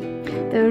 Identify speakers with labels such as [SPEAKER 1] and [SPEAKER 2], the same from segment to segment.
[SPEAKER 1] The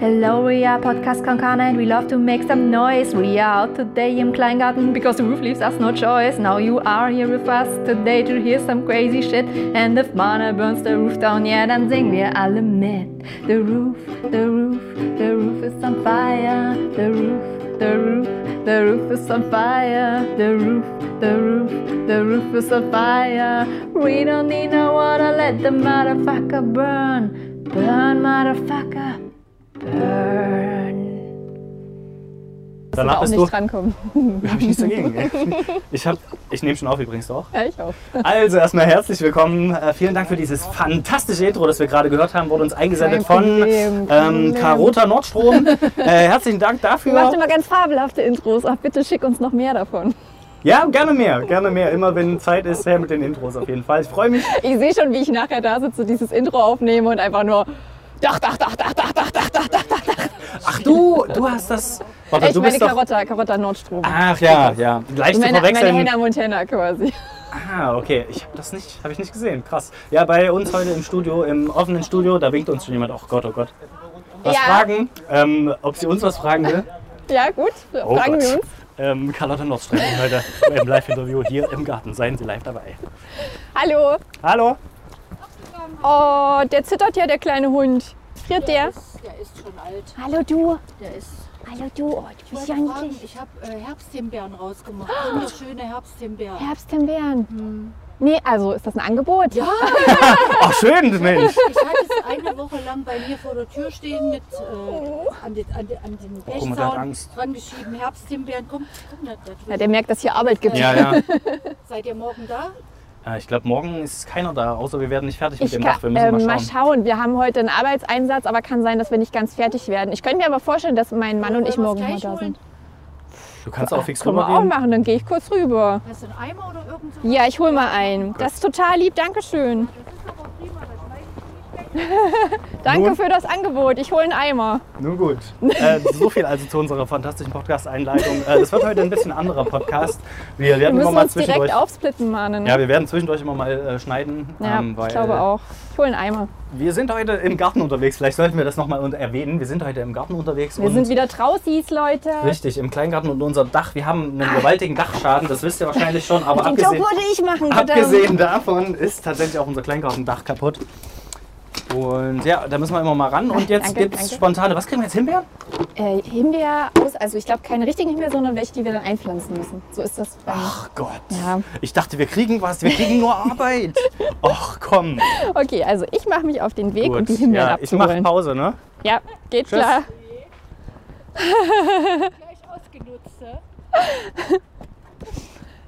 [SPEAKER 1] Hello, we are Podcast Kankana and we love to make some noise. We are out today im Kleingarten because the roof leaves us no choice. Now you are here with us today to hear some crazy shit. And if Mana burns the roof down, yeah, dann singen wir alle mit. The roof, the roof, the roof is on fire. The roof, the roof, the roof is on fire. The roof, the roof, the roof is on fire. We don't need no water, let the motherfucker burn. Burn, motherfucker. Burn.
[SPEAKER 2] Danach bist du.
[SPEAKER 1] drankommen.
[SPEAKER 2] Habe ich nichts dagegen. Ich, hab- ich nehme schon auf übrigens auch.
[SPEAKER 1] Ja, ich auch.
[SPEAKER 2] Also erstmal herzlich willkommen. Äh, vielen Dank für dieses fantastische Intro, das wir gerade gehört haben. Wurde uns eingesendet
[SPEAKER 1] Kein
[SPEAKER 2] von
[SPEAKER 1] Problem, kein
[SPEAKER 2] ähm,
[SPEAKER 1] Problem.
[SPEAKER 2] Carota Nordstrom. äh, herzlichen Dank dafür.
[SPEAKER 1] Macht immer ganz fabelhafte Intros. Ach, bitte schick uns noch mehr davon.
[SPEAKER 2] Ja, gerne mehr, gerne mehr. Immer wenn Zeit ist, her mit den Intros auf jeden Fall. Ich freue mich.
[SPEAKER 1] Ich sehe schon, wie ich nachher da sitze, dieses Intro aufnehme und einfach nur. Dach, dach, dach, dach, dach, dach, dach, dach, dach, dach.
[SPEAKER 2] Ach du, du hast das. Warte,
[SPEAKER 1] Ich
[SPEAKER 2] Also du
[SPEAKER 1] meine
[SPEAKER 2] bist doch.
[SPEAKER 1] Karotta, Karotta Nordstrom. Also
[SPEAKER 2] Ach ja, ja. Leicht zu
[SPEAKER 1] meine, meine
[SPEAKER 2] verwechseln.
[SPEAKER 1] Hannah Montana quasi.
[SPEAKER 2] Ah, okay. Ich habe das nicht, habe ich nicht gesehen. Krass. Ja, bei uns heute im Studio, im offenen Studio, da winkt uns schon jemand. Oh Gott, oh Gott. Was
[SPEAKER 1] Ja.
[SPEAKER 2] fragen? Ähm, ob sie uns was fragen will?
[SPEAKER 1] Ja, gut.
[SPEAKER 2] Oh
[SPEAKER 1] Fragen
[SPEAKER 2] Gott.
[SPEAKER 1] wir uns.
[SPEAKER 2] Ähm, Carlotta Nordström heute im Live-Interview hier im Garten. Seien Sie live dabei.
[SPEAKER 1] Hallo.
[SPEAKER 2] Hallo.
[SPEAKER 1] Oh, der zittert ja, der kleine Hund. Friert der?
[SPEAKER 3] Der ist schon alt.
[SPEAKER 1] Hallo du.
[SPEAKER 3] Der ist.
[SPEAKER 1] Hallo du. Oh, du
[SPEAKER 3] Ich,
[SPEAKER 1] bist ja Oh.
[SPEAKER 3] wollte fragen,
[SPEAKER 1] niedlich.
[SPEAKER 3] ich habe äh, Herbsthimbeeren rausgemacht. Wunderschöne Herbsthimbeeren.
[SPEAKER 1] Herbsthimbeeren. Nee, also ist das ein Angebot?
[SPEAKER 3] Ja,
[SPEAKER 2] Ach, schön, Mensch.
[SPEAKER 3] ich hatte es eine Woche lang bei mir vor der Tür stehen mit
[SPEAKER 1] Oh.
[SPEAKER 3] äh, an, den, an, den, an den
[SPEAKER 2] Oh, guck mal, der hat
[SPEAKER 3] Blechzaun
[SPEAKER 2] Angst.
[SPEAKER 3] dran geschrieben, Herbsthimbeeren. Komm, komm da, da drüben.
[SPEAKER 1] Ja, der merkt, dass hier Arbeit gibt.
[SPEAKER 2] Ja, ja.
[SPEAKER 3] Seid ihr morgen da?
[SPEAKER 2] Äh, Ich glaube, morgen ist keiner da, außer wir werden nicht fertig mit
[SPEAKER 1] Ich
[SPEAKER 2] dem
[SPEAKER 1] kann,
[SPEAKER 2] Dach. Wir müssen
[SPEAKER 1] ähm,
[SPEAKER 2] mal
[SPEAKER 1] mal
[SPEAKER 2] schauen.
[SPEAKER 1] schauen. Wir haben heute einen Arbeitseinsatz, aber kann sein, dass wir nicht ganz fertig werden. Ich könnte mir aber vorstellen, dass mein Mann und ich
[SPEAKER 3] Wollen
[SPEAKER 1] morgen
[SPEAKER 3] wir
[SPEAKER 1] mal
[SPEAKER 3] was
[SPEAKER 1] da
[SPEAKER 3] gleich holen?
[SPEAKER 1] sind.
[SPEAKER 2] Du kannst auch fix
[SPEAKER 1] Können wir auch
[SPEAKER 2] rübergehen.
[SPEAKER 1] machen, dann gehe ich kurz rüber.
[SPEAKER 3] Hast du einen Eimer oder irgend so?
[SPEAKER 1] Ja, ich hole mal einen. Das ist total lieb, Dankeschön.
[SPEAKER 3] Das ist aber prima. Das schneide ich nicht.
[SPEAKER 1] Danke
[SPEAKER 2] Nun-
[SPEAKER 1] für das Angebot. Ich hole einen Eimer.
[SPEAKER 2] Nun gut. Äh, so viel also zu unserer fantastischen Podcast-Einleitung. Äh, das wird heute ein bisschen anderer Podcast. Wir
[SPEAKER 1] Wir
[SPEAKER 2] werden immer
[SPEAKER 1] müssen
[SPEAKER 2] mal
[SPEAKER 1] uns direkt
[SPEAKER 2] zwischendurch.
[SPEAKER 1] aufsplitten, Mann.
[SPEAKER 2] Ja, wir werden zwischendurch immer mal äh, schneiden.
[SPEAKER 1] Ja,
[SPEAKER 2] ähm, weil
[SPEAKER 1] ich glaube auch. Ich hole einen Eimer.
[SPEAKER 2] Wir sind heute im Garten unterwegs. Vielleicht sollten wir das nochmal erwähnen. Wir sind heute im Garten unterwegs.
[SPEAKER 1] Wir
[SPEAKER 2] und
[SPEAKER 1] sind wieder draußis, Leute.
[SPEAKER 2] Richtig, im Kleingarten und unser Dach. Wir haben einen gewaltigen Dachschaden, das wisst ihr wahrscheinlich schon, aber
[SPEAKER 1] Den Job
[SPEAKER 2] abgesehen,
[SPEAKER 1] würde ich machen, verdammt.
[SPEAKER 2] abgesehen davon ist tatsächlich auch unser Kleingartendach kaputt. Und ja, da müssen wir immer mal ran. Und jetzt
[SPEAKER 1] Danke,
[SPEAKER 2] gibt es
[SPEAKER 1] danke.
[SPEAKER 2] spontane. Was kriegen wir jetzt Himbeeren?
[SPEAKER 1] Äh, Himbeer aus, also ich glaube keine richtigen Himbeeren, sondern welche, die wir dann einpflanzen müssen. So ist das. bei-
[SPEAKER 2] Ach Gott.
[SPEAKER 1] Ja.
[SPEAKER 2] Ich dachte, wir kriegen was. Wir kriegen nur Arbeit. Ach komm.
[SPEAKER 1] Okay, also ich mache mich auf den Weg, um
[SPEAKER 2] Gut.
[SPEAKER 1] die Himbeeren
[SPEAKER 2] Ja, ich mache
[SPEAKER 1] abzuholen.
[SPEAKER 2] Pause, ne?
[SPEAKER 1] Ja, geht
[SPEAKER 2] Tschüss.
[SPEAKER 1] klar.
[SPEAKER 3] Gleich ausgenutzt. ne?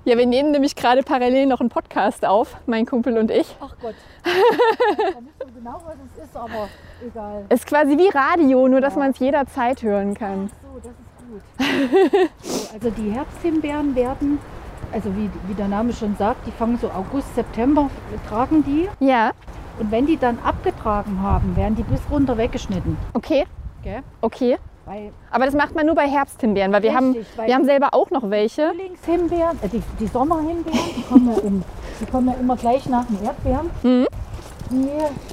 [SPEAKER 1] Ja, wir nehmen nämlich gerade parallel noch einen Podcast auf, mein Kumpel und ich.
[SPEAKER 3] Ach Gott. Da nicht so genau, was es ist, aber egal.
[SPEAKER 1] Ist quasi wie Radio, nur dass man es jederzeit hören
[SPEAKER 4] Ähm,
[SPEAKER 1] kann.
[SPEAKER 3] So, das ist gut. So, also die Herbsthimbeeren werden, also wie, wie der Name schon sagt, die fangen so August, September, tragen die.
[SPEAKER 1] Ja,
[SPEAKER 3] Und wenn die dann abgetragen haben, werden die bis runter weggeschnitten.
[SPEAKER 1] okay,
[SPEAKER 3] Gell?
[SPEAKER 1] okay.
[SPEAKER 3] Weil
[SPEAKER 1] Aber das macht man nur bei Herbsthimbeeren, weil wir,
[SPEAKER 3] Richtig,
[SPEAKER 1] haben,
[SPEAKER 3] weil-
[SPEAKER 1] wir haben selber auch noch welche.
[SPEAKER 3] Frühlingshimbeeren, äh, die, die Sommerhimbeeren, die kommen, ja um, die kommen ja immer gleich nach den Erdbeeren. Die,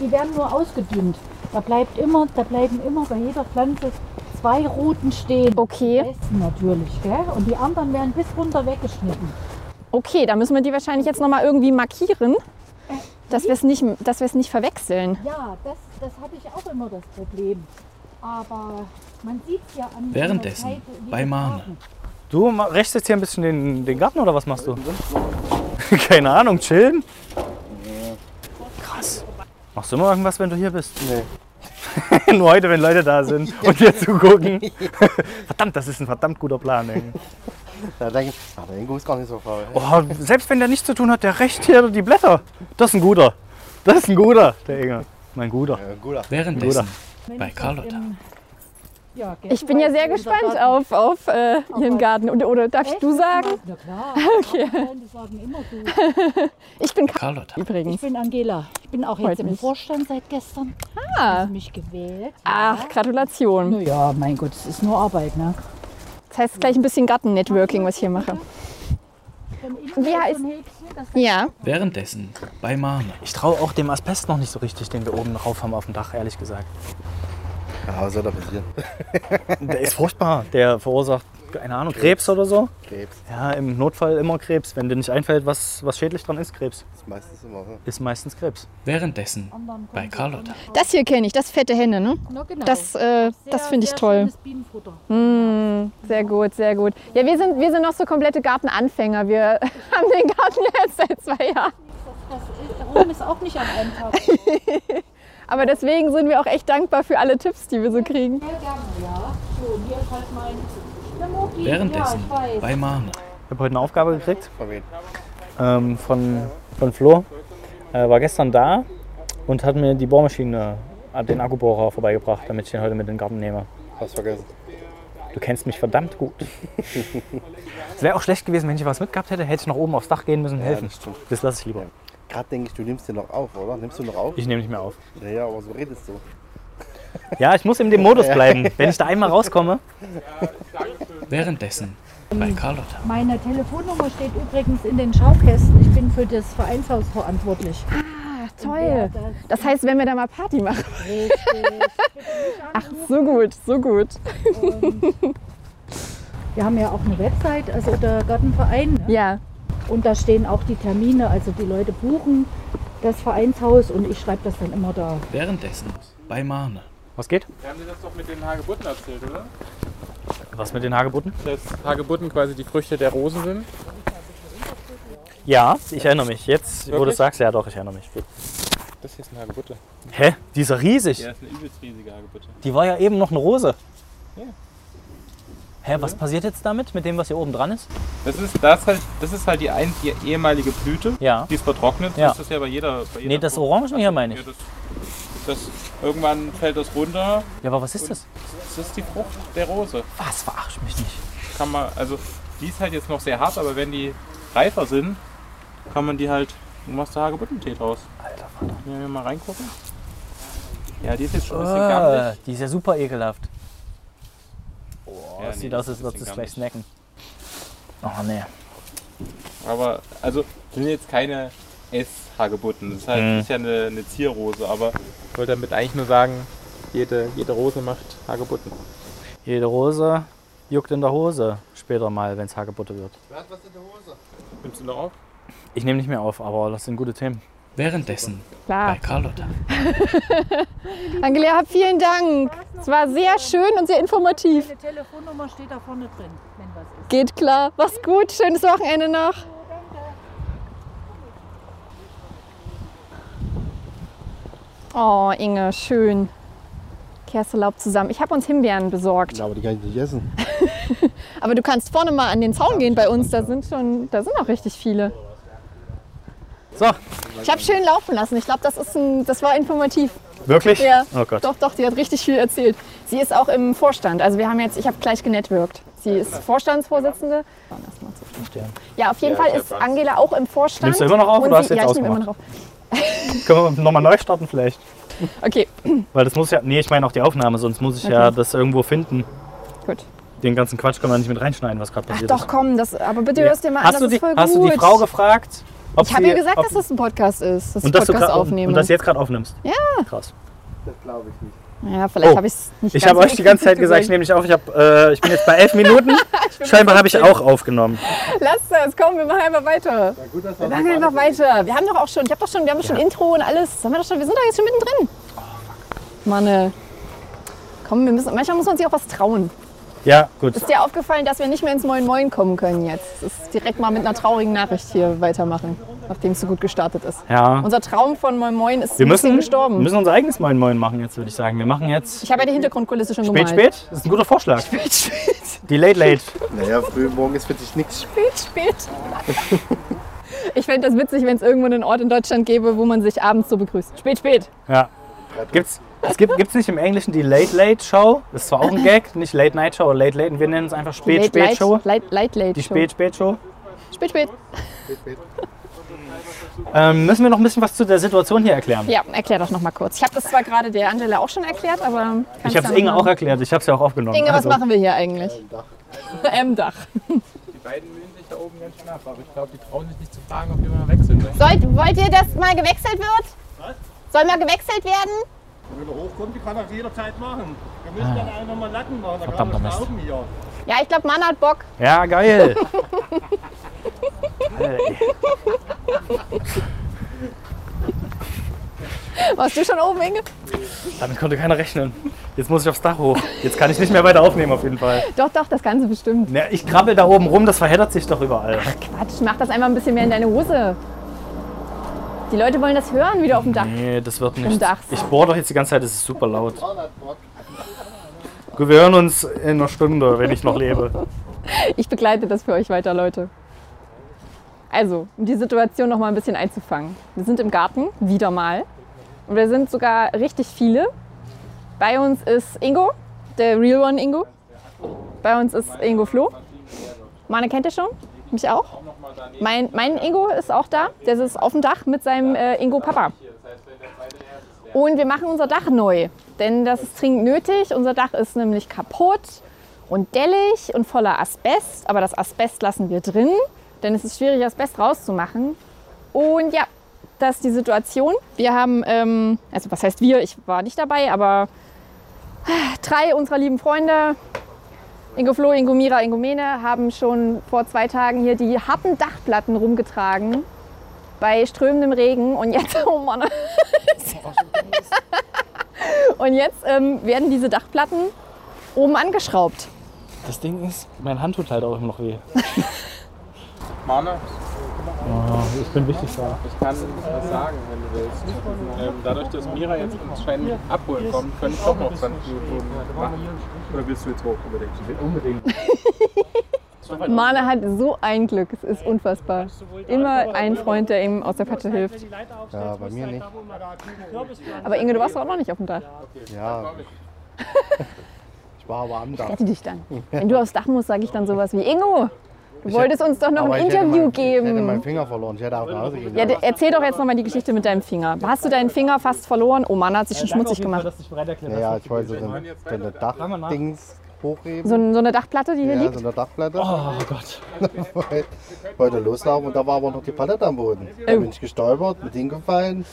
[SPEAKER 3] die werden nur ausgedünnt. Da bleibt immer, da bleiben immer bei jeder Pflanze zwei Ruten stehen. Die
[SPEAKER 1] Okay,
[SPEAKER 3] besten natürlich, gell? Und die anderen werden bis runter weggeschnitten.
[SPEAKER 1] okay, da müssen wir die wahrscheinlich jetzt nochmal irgendwie markieren, dass wir es nicht, dass wir es nicht verwechseln.
[SPEAKER 3] Ja, das, das habe ich auch immer das Problem. Aber man sieht es ja an
[SPEAKER 5] Währenddessen
[SPEAKER 3] der Seite, wie
[SPEAKER 5] bei
[SPEAKER 3] die
[SPEAKER 5] Mane.
[SPEAKER 3] Farben.
[SPEAKER 2] Du ma- rächst jetzt hier ein bisschen den, den Garten oder was machst du? Keine Ahnung, chillen? Krass. Machst du immer irgendwas, wenn du hier bist? Nee. Nur heute, wenn Leute da sind und dir zugucken. verdammt, das ist ein verdammt guter Plan. Ey.
[SPEAKER 6] Da denke ich, ah, der Ingo ist gar nicht so faul.
[SPEAKER 2] Oh, selbst wenn der nichts zu tun hat, der rächt hier die Blätter. Das ist ein guter. Das ist ein guter, der Inge. Mein guter.
[SPEAKER 6] Ja, guter.
[SPEAKER 5] Währenddessen
[SPEAKER 3] Wenn
[SPEAKER 5] bei
[SPEAKER 3] ich jetzt
[SPEAKER 5] Carlotta.
[SPEAKER 3] im Ja, gell?
[SPEAKER 4] Ich bin ja sehr
[SPEAKER 3] Unser
[SPEAKER 4] gespannt
[SPEAKER 3] Garten.
[SPEAKER 4] auf, auf äh, Ihren
[SPEAKER 3] Aber-
[SPEAKER 4] Garten. Oder, oder darfst
[SPEAKER 3] Oh Echt?
[SPEAKER 4] du sagen?
[SPEAKER 3] Na klar. Okay. Die sagen immer so.
[SPEAKER 4] Ich bin Ka
[SPEAKER 5] Carlotta.
[SPEAKER 3] Ich
[SPEAKER 4] übrigens.
[SPEAKER 3] bin Angela. Ich bin auch
[SPEAKER 4] Freut
[SPEAKER 3] jetzt im
[SPEAKER 4] mich.
[SPEAKER 3] Vorstand seit gestern.
[SPEAKER 4] Ah,
[SPEAKER 3] Haben mich gewählt.
[SPEAKER 4] ach, Gratulation.
[SPEAKER 3] Naja, mein Gott, es ist nur Arbeit, ne?
[SPEAKER 4] Das heißt gleich ein bisschen Garten-Networking, was ich hier mache.
[SPEAKER 3] Von innen
[SPEAKER 4] Wie
[SPEAKER 3] aus
[SPEAKER 4] heißt-
[SPEAKER 3] so ein Häkchen, das
[SPEAKER 4] Ja.
[SPEAKER 5] Währenddessen bei Mama.
[SPEAKER 2] Ich traue auch dem Asbest noch nicht so richtig, den wir oben drauf haben auf dem Dach, ehrlich gesagt.
[SPEAKER 6] Ja, was soll da passieren?
[SPEAKER 2] Der ist furchtbar. Der verursacht, keine Ahnung, Krebs oder so.
[SPEAKER 6] Krebs.
[SPEAKER 2] Ja, im Notfall immer Krebs. Wenn dir nicht einfällt, was, was schädlich dran ist, Krebs.
[SPEAKER 6] Das ist meistens immer so.
[SPEAKER 2] Ist meistens Krebs.
[SPEAKER 5] Währenddessen
[SPEAKER 3] anderen
[SPEAKER 5] bei
[SPEAKER 3] kommt so
[SPEAKER 5] Carlotta.
[SPEAKER 4] Das hier kenne ich, das fette Henne, ne?
[SPEAKER 3] Na genau.
[SPEAKER 4] Das, äh, das
[SPEAKER 3] Sehr,
[SPEAKER 4] finde ich
[SPEAKER 3] sehr
[SPEAKER 4] toll.
[SPEAKER 3] schönes Bienenfutter.
[SPEAKER 4] Mm, sehr gut, sehr gut. Ja, wir sind, wir sind noch so komplette Gartenanfänger. Wir haben den Garten jetzt seit zwei Jahren.
[SPEAKER 3] Das ist, Rom ist auch nicht an einem Tag.
[SPEAKER 4] Aber deswegen sind wir auch echt dankbar für alle Tipps, die wir so kriegen.
[SPEAKER 3] Sehr gerne, ja. So, hier ist halt mein. Na, Moki, ja,
[SPEAKER 5] Währenddessen
[SPEAKER 3] ich weiß.
[SPEAKER 5] bei Mama.
[SPEAKER 2] Ich habe heute eine Aufgabe gekriegt
[SPEAKER 6] Von wem?
[SPEAKER 2] ähm, von, von Flo. Äh, war gestern da und hat mir die Bohrmaschine, äh, den Akkubohrer vorbeigebracht, damit ich den heute mit in den Garten nehme.
[SPEAKER 6] Hast vergessen.
[SPEAKER 2] Du kennst mich verdammt gut. Es wäre auch schlecht gewesen, wenn ich was mitgehabt hätte, hätte ich noch oben aufs Dach gehen müssen und helfen.
[SPEAKER 6] das stimmt.
[SPEAKER 2] Das lasse ich lieber.
[SPEAKER 6] Gerade denke ich, du nimmst den noch auf, oder? Nimmst du noch auf?
[SPEAKER 2] Ich nehme nicht mehr auf.
[SPEAKER 6] Naja, aber so redest du.
[SPEAKER 2] Ja, ich muss in dem Modus bleiben. Wenn ich da einmal rauskomme,
[SPEAKER 5] Währenddessen bei Carlotta.
[SPEAKER 3] Meine Telefonnummer steht übrigens in den Schaukästen. Ich bin für das Vereinshaus verantwortlich.
[SPEAKER 4] Ach,
[SPEAKER 3] Ah,
[SPEAKER 4] toll. Das heißt, wenn wir da mal Party machen.
[SPEAKER 3] Richtig.
[SPEAKER 4] Ach, so gut, so gut.
[SPEAKER 3] Wir haben ja auch eine Website, also der Gartenverein. Ne?
[SPEAKER 4] Ja.
[SPEAKER 3] Und da stehen auch die Termine, also die Leute buchen das Vereinshaus und ich schreibe das dann immer da.
[SPEAKER 5] Währenddessen bei Mama.
[SPEAKER 2] was geht?
[SPEAKER 7] Da haben Sie das doch mit den Hagebutten erzählt, oder?
[SPEAKER 2] Was mit den Hagebutten?
[SPEAKER 7] Dass Hagebutten quasi die Früchte der Rosen sind.
[SPEAKER 2] Ja, ich erinnere mich. Jetzt, wo du
[SPEAKER 7] Wirklich?
[SPEAKER 2] es sagst, ja doch, ich erinnere mich.
[SPEAKER 7] Das hier ist eine Hagebutte.
[SPEAKER 2] Hä? Die ist ja riesig.
[SPEAKER 7] ist eine übelst riesige Hagebutte.
[SPEAKER 2] Die war ja eben noch eine Rose.
[SPEAKER 7] Ja.
[SPEAKER 2] Hä, was passiert jetzt damit, mit dem, was hier oben dran ist?
[SPEAKER 7] Das ist, das halt, das ist halt die, ein, die ehemalige Blüte.
[SPEAKER 2] Ja.
[SPEAKER 7] Die ist vertrocknet.
[SPEAKER 2] Ja.
[SPEAKER 7] Das ist ja bei jeder. Bei jeder
[SPEAKER 2] Nee, das Orange hier meine
[SPEAKER 7] Ja,
[SPEAKER 2] ich.
[SPEAKER 7] das, das, irgendwann fällt das runter.
[SPEAKER 2] Ja, aber was ist das?
[SPEAKER 7] Das ist die Frucht der Rose.
[SPEAKER 2] Was? Verarsch mich nicht.
[SPEAKER 7] Kann man, also die ist halt jetzt noch sehr hart, aber wenn die reifer sind, kann man die halt. Du machst da Hagebuttentee draus.
[SPEAKER 2] Alter Vater.
[SPEAKER 7] Wenn wir mal reingucken. Ja, die ist jetzt schon ein bisschen gammelig.
[SPEAKER 2] Ah, die ist ja super ekelhaft. Oh,
[SPEAKER 7] Ja,
[SPEAKER 2] das
[SPEAKER 7] nee,
[SPEAKER 2] sieht
[SPEAKER 7] das
[SPEAKER 2] aus, als
[SPEAKER 7] ist
[SPEAKER 2] würdest
[SPEAKER 7] ein
[SPEAKER 2] du es
[SPEAKER 7] bisschen
[SPEAKER 2] gleich snacken. Oh nee.
[SPEAKER 7] Aber, also, das sind jetzt keine Esshagebutten. Das ist, halt,
[SPEAKER 2] Mhm.
[SPEAKER 7] das ist ja eine, eine Zierrose, aber ich wollte damit eigentlich nur sagen, jede, jede Rose macht Hagebutten.
[SPEAKER 2] Jede Rose juckt in der Hose. Später mal, wenn es Hagebutte wird.
[SPEAKER 6] Wer hat was in der Hose?
[SPEAKER 7] Nimmst du noch auf?
[SPEAKER 2] Ich nehme nicht mehr auf, aber das sind gute Themen.
[SPEAKER 5] Währenddessen
[SPEAKER 4] Klar.
[SPEAKER 5] bei Carlotta.
[SPEAKER 4] Angela, vielen Dank. Es war sehr schön und sehr informativ.
[SPEAKER 3] Meine Telefonnummer steht da vorne drin, wenn was ist.
[SPEAKER 4] Geht klar. Mach's gut. Schönes Wochenende noch. Oh, Inge, schön. Kerselaub zusammen. Ich habe uns Himbeeren besorgt.
[SPEAKER 6] aber die kann ich nicht essen.
[SPEAKER 4] Aber du kannst vorne mal an den Zaun gehen bei uns. Da sind schon, da sind auch richtig viele.
[SPEAKER 2] So,
[SPEAKER 4] Ich habe schön laufen lassen. Ich glaube, das ist ein, das war informativ.
[SPEAKER 2] wirklich?
[SPEAKER 4] Ja.
[SPEAKER 2] Oh Gott.
[SPEAKER 4] Doch, doch, die hat richtig viel erzählt. Sie ist auch im Vorstand. Also wir haben jetzt, ich habe gleich genetworked. Sie ist Vorstandsvorsitzende. Dann erst mal zu
[SPEAKER 2] Stern.
[SPEAKER 4] Ja, auf jeden Fall ist Angela auch im Vorstand.
[SPEAKER 2] Nimmst du immer noch auf
[SPEAKER 4] Und
[SPEAKER 2] oder hast
[SPEAKER 4] sie,
[SPEAKER 2] du
[SPEAKER 4] ja,
[SPEAKER 2] jetzt
[SPEAKER 4] ich nehme immer noch auf.
[SPEAKER 2] Können wir nochmal neu starten vielleicht?
[SPEAKER 4] Okay,
[SPEAKER 2] Weil das muss ja. Nee, ich meine auch die Aufnahme, sonst muss ich ja das irgendwo finden.
[SPEAKER 4] gut.
[SPEAKER 2] Den ganzen Quatsch kann man nicht mit reinschneiden, was gerade
[SPEAKER 4] Ach
[SPEAKER 2] passiert
[SPEAKER 4] doch,
[SPEAKER 2] ist.
[SPEAKER 4] komm, das, aber bitte
[SPEAKER 2] Ja.
[SPEAKER 4] hörst dir mal an,
[SPEAKER 2] hast
[SPEAKER 4] das
[SPEAKER 2] du
[SPEAKER 4] ist
[SPEAKER 2] die,
[SPEAKER 4] voll
[SPEAKER 2] Hast
[SPEAKER 4] gut.
[SPEAKER 2] du die Frau gefragt, ob
[SPEAKER 4] ich habe
[SPEAKER 2] sie-
[SPEAKER 4] ihr gesagt,
[SPEAKER 2] ob,
[SPEAKER 4] dass das ein Podcast ist, dass
[SPEAKER 2] und
[SPEAKER 4] wir
[SPEAKER 2] dass du
[SPEAKER 4] Podcast
[SPEAKER 2] grad-
[SPEAKER 4] aufnehmen.
[SPEAKER 2] Und das jetzt gerade aufnimmst? Ja. Krass.
[SPEAKER 6] Das glaube ich nicht.
[SPEAKER 4] ja, vielleicht
[SPEAKER 2] Oh.
[SPEAKER 4] habe ich es nicht
[SPEAKER 2] Ich
[SPEAKER 4] ganz
[SPEAKER 2] habe euch die ganze Zeit gesagt, ich nehme nicht auf. Ich, hab, äh, ich bin jetzt bei elf Minuten. Scheinbar habe ich auch aufgenommen.
[SPEAKER 4] Lass das, komm, wir machen einfach weiter.
[SPEAKER 6] Na gut, das
[SPEAKER 4] Wir machen einfach weiter. Wir haben doch auch schon, ich habe doch schon, wir haben doch schon Intro und alles. Haben wir, doch schon, wir sind doch jetzt schon mittendrin.
[SPEAKER 2] Oh,
[SPEAKER 4] Mann, ey. komm, wir müssen, manchmal muss man sich auch was trauen.
[SPEAKER 2] Ja, gut.
[SPEAKER 4] Ist dir aufgefallen, dass wir nicht mehr ins Moin Moin kommen können jetzt? Das ist direkt mal mit einer traurigen Nachricht hier weitermachen, nachdem es so gut gestartet ist.
[SPEAKER 2] Ja.
[SPEAKER 4] Unser Traum von Moin Moin ist
[SPEAKER 2] Wir
[SPEAKER 4] ein bisschen
[SPEAKER 2] müssen,
[SPEAKER 4] gestorben.
[SPEAKER 2] wir müssen unser eigenes Moin Moin machen jetzt, würde ich sagen. Wir machen jetzt
[SPEAKER 4] ich habe ja die Hintergrundkulisse schon
[SPEAKER 2] spät,
[SPEAKER 4] gemalt.
[SPEAKER 2] spät. Das ist ein guter Vorschlag. Die Late Late.
[SPEAKER 6] Naja, früh morgens wird sich nichts.
[SPEAKER 4] Spät, spät. Ich fände das witzig, wenn es irgendwo einen Ort in Deutschland gäbe, wo man sich abends so begrüßt. Spät, spät.
[SPEAKER 2] Ja. Gibt's, Es gibt es nicht im Englischen die Late Late Show. Das ist zwar auch ein Gag, nicht Late Night Show, aber Late Late. Und wir nennen es einfach Spät
[SPEAKER 4] Late,
[SPEAKER 2] Spät Show.
[SPEAKER 4] Late, late, late, late
[SPEAKER 2] Die
[SPEAKER 4] Show.
[SPEAKER 2] Spät Spät Show.
[SPEAKER 4] Spät, spät.
[SPEAKER 2] Ähm, müssen wir noch ein bisschen was zu der Situation hier erklären?
[SPEAKER 4] Ja, erklär doch noch mal kurz. Ich habe das zwar gerade der Angela auch schon erklärt, aber
[SPEAKER 2] Ich habe es Inge auch erklärt. Ich habe es ja auch aufgenommen.
[SPEAKER 4] ne? Inge, was
[SPEAKER 2] Also,
[SPEAKER 4] machen wir hier eigentlich? Im Dach.
[SPEAKER 7] Die beiden mühen sich da oben ganz schön ab, aber ich glaube, die trauen sich nicht zu fragen, ob die mal wechseln ne? möchten.
[SPEAKER 8] Sollt, wollt ihr, dass mal gewechselt wird? Was? Soll mal gewechselt werden?
[SPEAKER 6] Wenn er hochkommt, die kann er jederzeit machen. Wir müssen dann einfach mal Latten machen, da
[SPEAKER 9] Verdammter
[SPEAKER 6] kann man
[SPEAKER 9] Mist.
[SPEAKER 6] schrauben hier.
[SPEAKER 8] Ja, ich glaube, Mann hat Bock.
[SPEAKER 2] Ja, geil.
[SPEAKER 4] Warst du schon oben, Inge?
[SPEAKER 2] Damit konnte keiner rechnen. Jetzt muss ich aufs Dach hoch. Jetzt kann ich nicht mehr weiter aufnehmen auf jeden Fall.
[SPEAKER 4] Doch, doch, das Ganze bestimmt.
[SPEAKER 2] Na, ich krabbel da oben rum, das verheddert sich doch überall.
[SPEAKER 4] Quatsch, mach das einmal ein bisschen mehr in deine Hose. Die Leute wollen das hören, wieder auf dem Dach.
[SPEAKER 2] Nee, das wird nicht.
[SPEAKER 4] Dachs.
[SPEAKER 2] Ich bohre doch jetzt die ganze Zeit, das ist super laut. Gut, wir hören uns in einer Stunde, wenn ich noch lebe.
[SPEAKER 4] Ich begleite das für euch weiter, Leute. Also, um die Situation noch mal ein bisschen einzufangen. Wir sind im Garten, wieder mal. Und wir sind sogar richtig viele. Bei uns ist Ingo, der Real One Ingo. Bei uns ist Ingo Flo. Mane kennt ihr schon, mich auch. Mein, mein Ingo ist auch da. Der sitzt auf dem Dach mit seinem äh, Ingo Papa. Und wir machen unser Dach neu, denn das ist dringend nötig. Unser Dach ist nämlich kaputt und dellig und voller Asbest. Aber das Asbest lassen wir drin, denn es ist schwierig, Asbest rauszumachen. Und ja, das ist die Situation. Wir haben, ähm, also was heißt wir, ich war nicht dabei, aber drei unserer lieben Freunde, Ingo Flo, Ingo Mira, Ingo Mene, haben schon vor zwei Tagen hier die harten Dachplatten rumgetragen bei strömendem Regen. Und jetzt, oh Mann, und jetzt ähm, werden diese Dachplatten oben angeschraubt.
[SPEAKER 2] Das Ding ist, mein Hand tut halt auch immer noch weh.
[SPEAKER 7] Mana,
[SPEAKER 2] Ah, Ich bin wichtig da.
[SPEAKER 7] ich kann was sagen, wenn du willst. Ähm, dadurch, dass Mira jetzt uns scheinbar abholen kommt, können ich doch noch 20 Minuten machen. Oder willst du jetzt hoch unbedingt?
[SPEAKER 2] Unbedingt.
[SPEAKER 4] Mane hat so ein Glück, es ist unfassbar. Immer ein Freund, der ihm aus der Patsche hilft.
[SPEAKER 6] Ja, bei mir nicht.
[SPEAKER 4] Aber Inge, du warst doch auch noch nicht auf dem Dach.
[SPEAKER 6] Ja. Ich war aber am Dach.
[SPEAKER 4] Rette dich dann. Wenn du aufs Dach musst, sage ich dann sowas wie, Ingo, du wolltest uns doch noch
[SPEAKER 6] Aber
[SPEAKER 4] ein
[SPEAKER 6] ich hätte
[SPEAKER 4] Interview
[SPEAKER 6] mein- Ich hätte
[SPEAKER 4] geben.
[SPEAKER 6] meinen Finger verloren. Ich hätte auch nach Hause gehen
[SPEAKER 4] Ja,
[SPEAKER 6] sollen.
[SPEAKER 4] d- erzähl doch jetzt nochmal die Geschichte mit deinem Finger. Hast du deinen Finger fast verloren? Oh Mann, hat sich schon schmutzig gemacht.
[SPEAKER 2] dass ich bereit erklärt
[SPEAKER 6] Ja, ja, ich wollte so eine, so eine Dachdings hochheben.
[SPEAKER 4] So, ein- so eine Dachplatte, die hier
[SPEAKER 6] ja,
[SPEAKER 4] liegt?
[SPEAKER 6] so eine Dachplatte.
[SPEAKER 2] Oh Gott.
[SPEAKER 6] Wollte loslaufen und da war aber noch die Palette am Boden. Da bin ich gestolpert, mit hingefallen.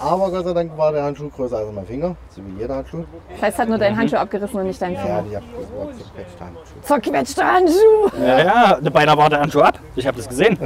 [SPEAKER 6] Aber Gott sei Dank war der Handschuh größer als mein Finger, so wie jeder Handschuh.
[SPEAKER 4] Das heißt, es hat nur deinen Handschuh abgerissen und nicht deinen
[SPEAKER 6] Ja,
[SPEAKER 4] Finger.
[SPEAKER 6] die habe ich Handschuh.
[SPEAKER 4] Zerquetschter Handschuh!
[SPEAKER 2] Ja, ja, beinahe war der Handschuh ab. Ich habe das gesehen.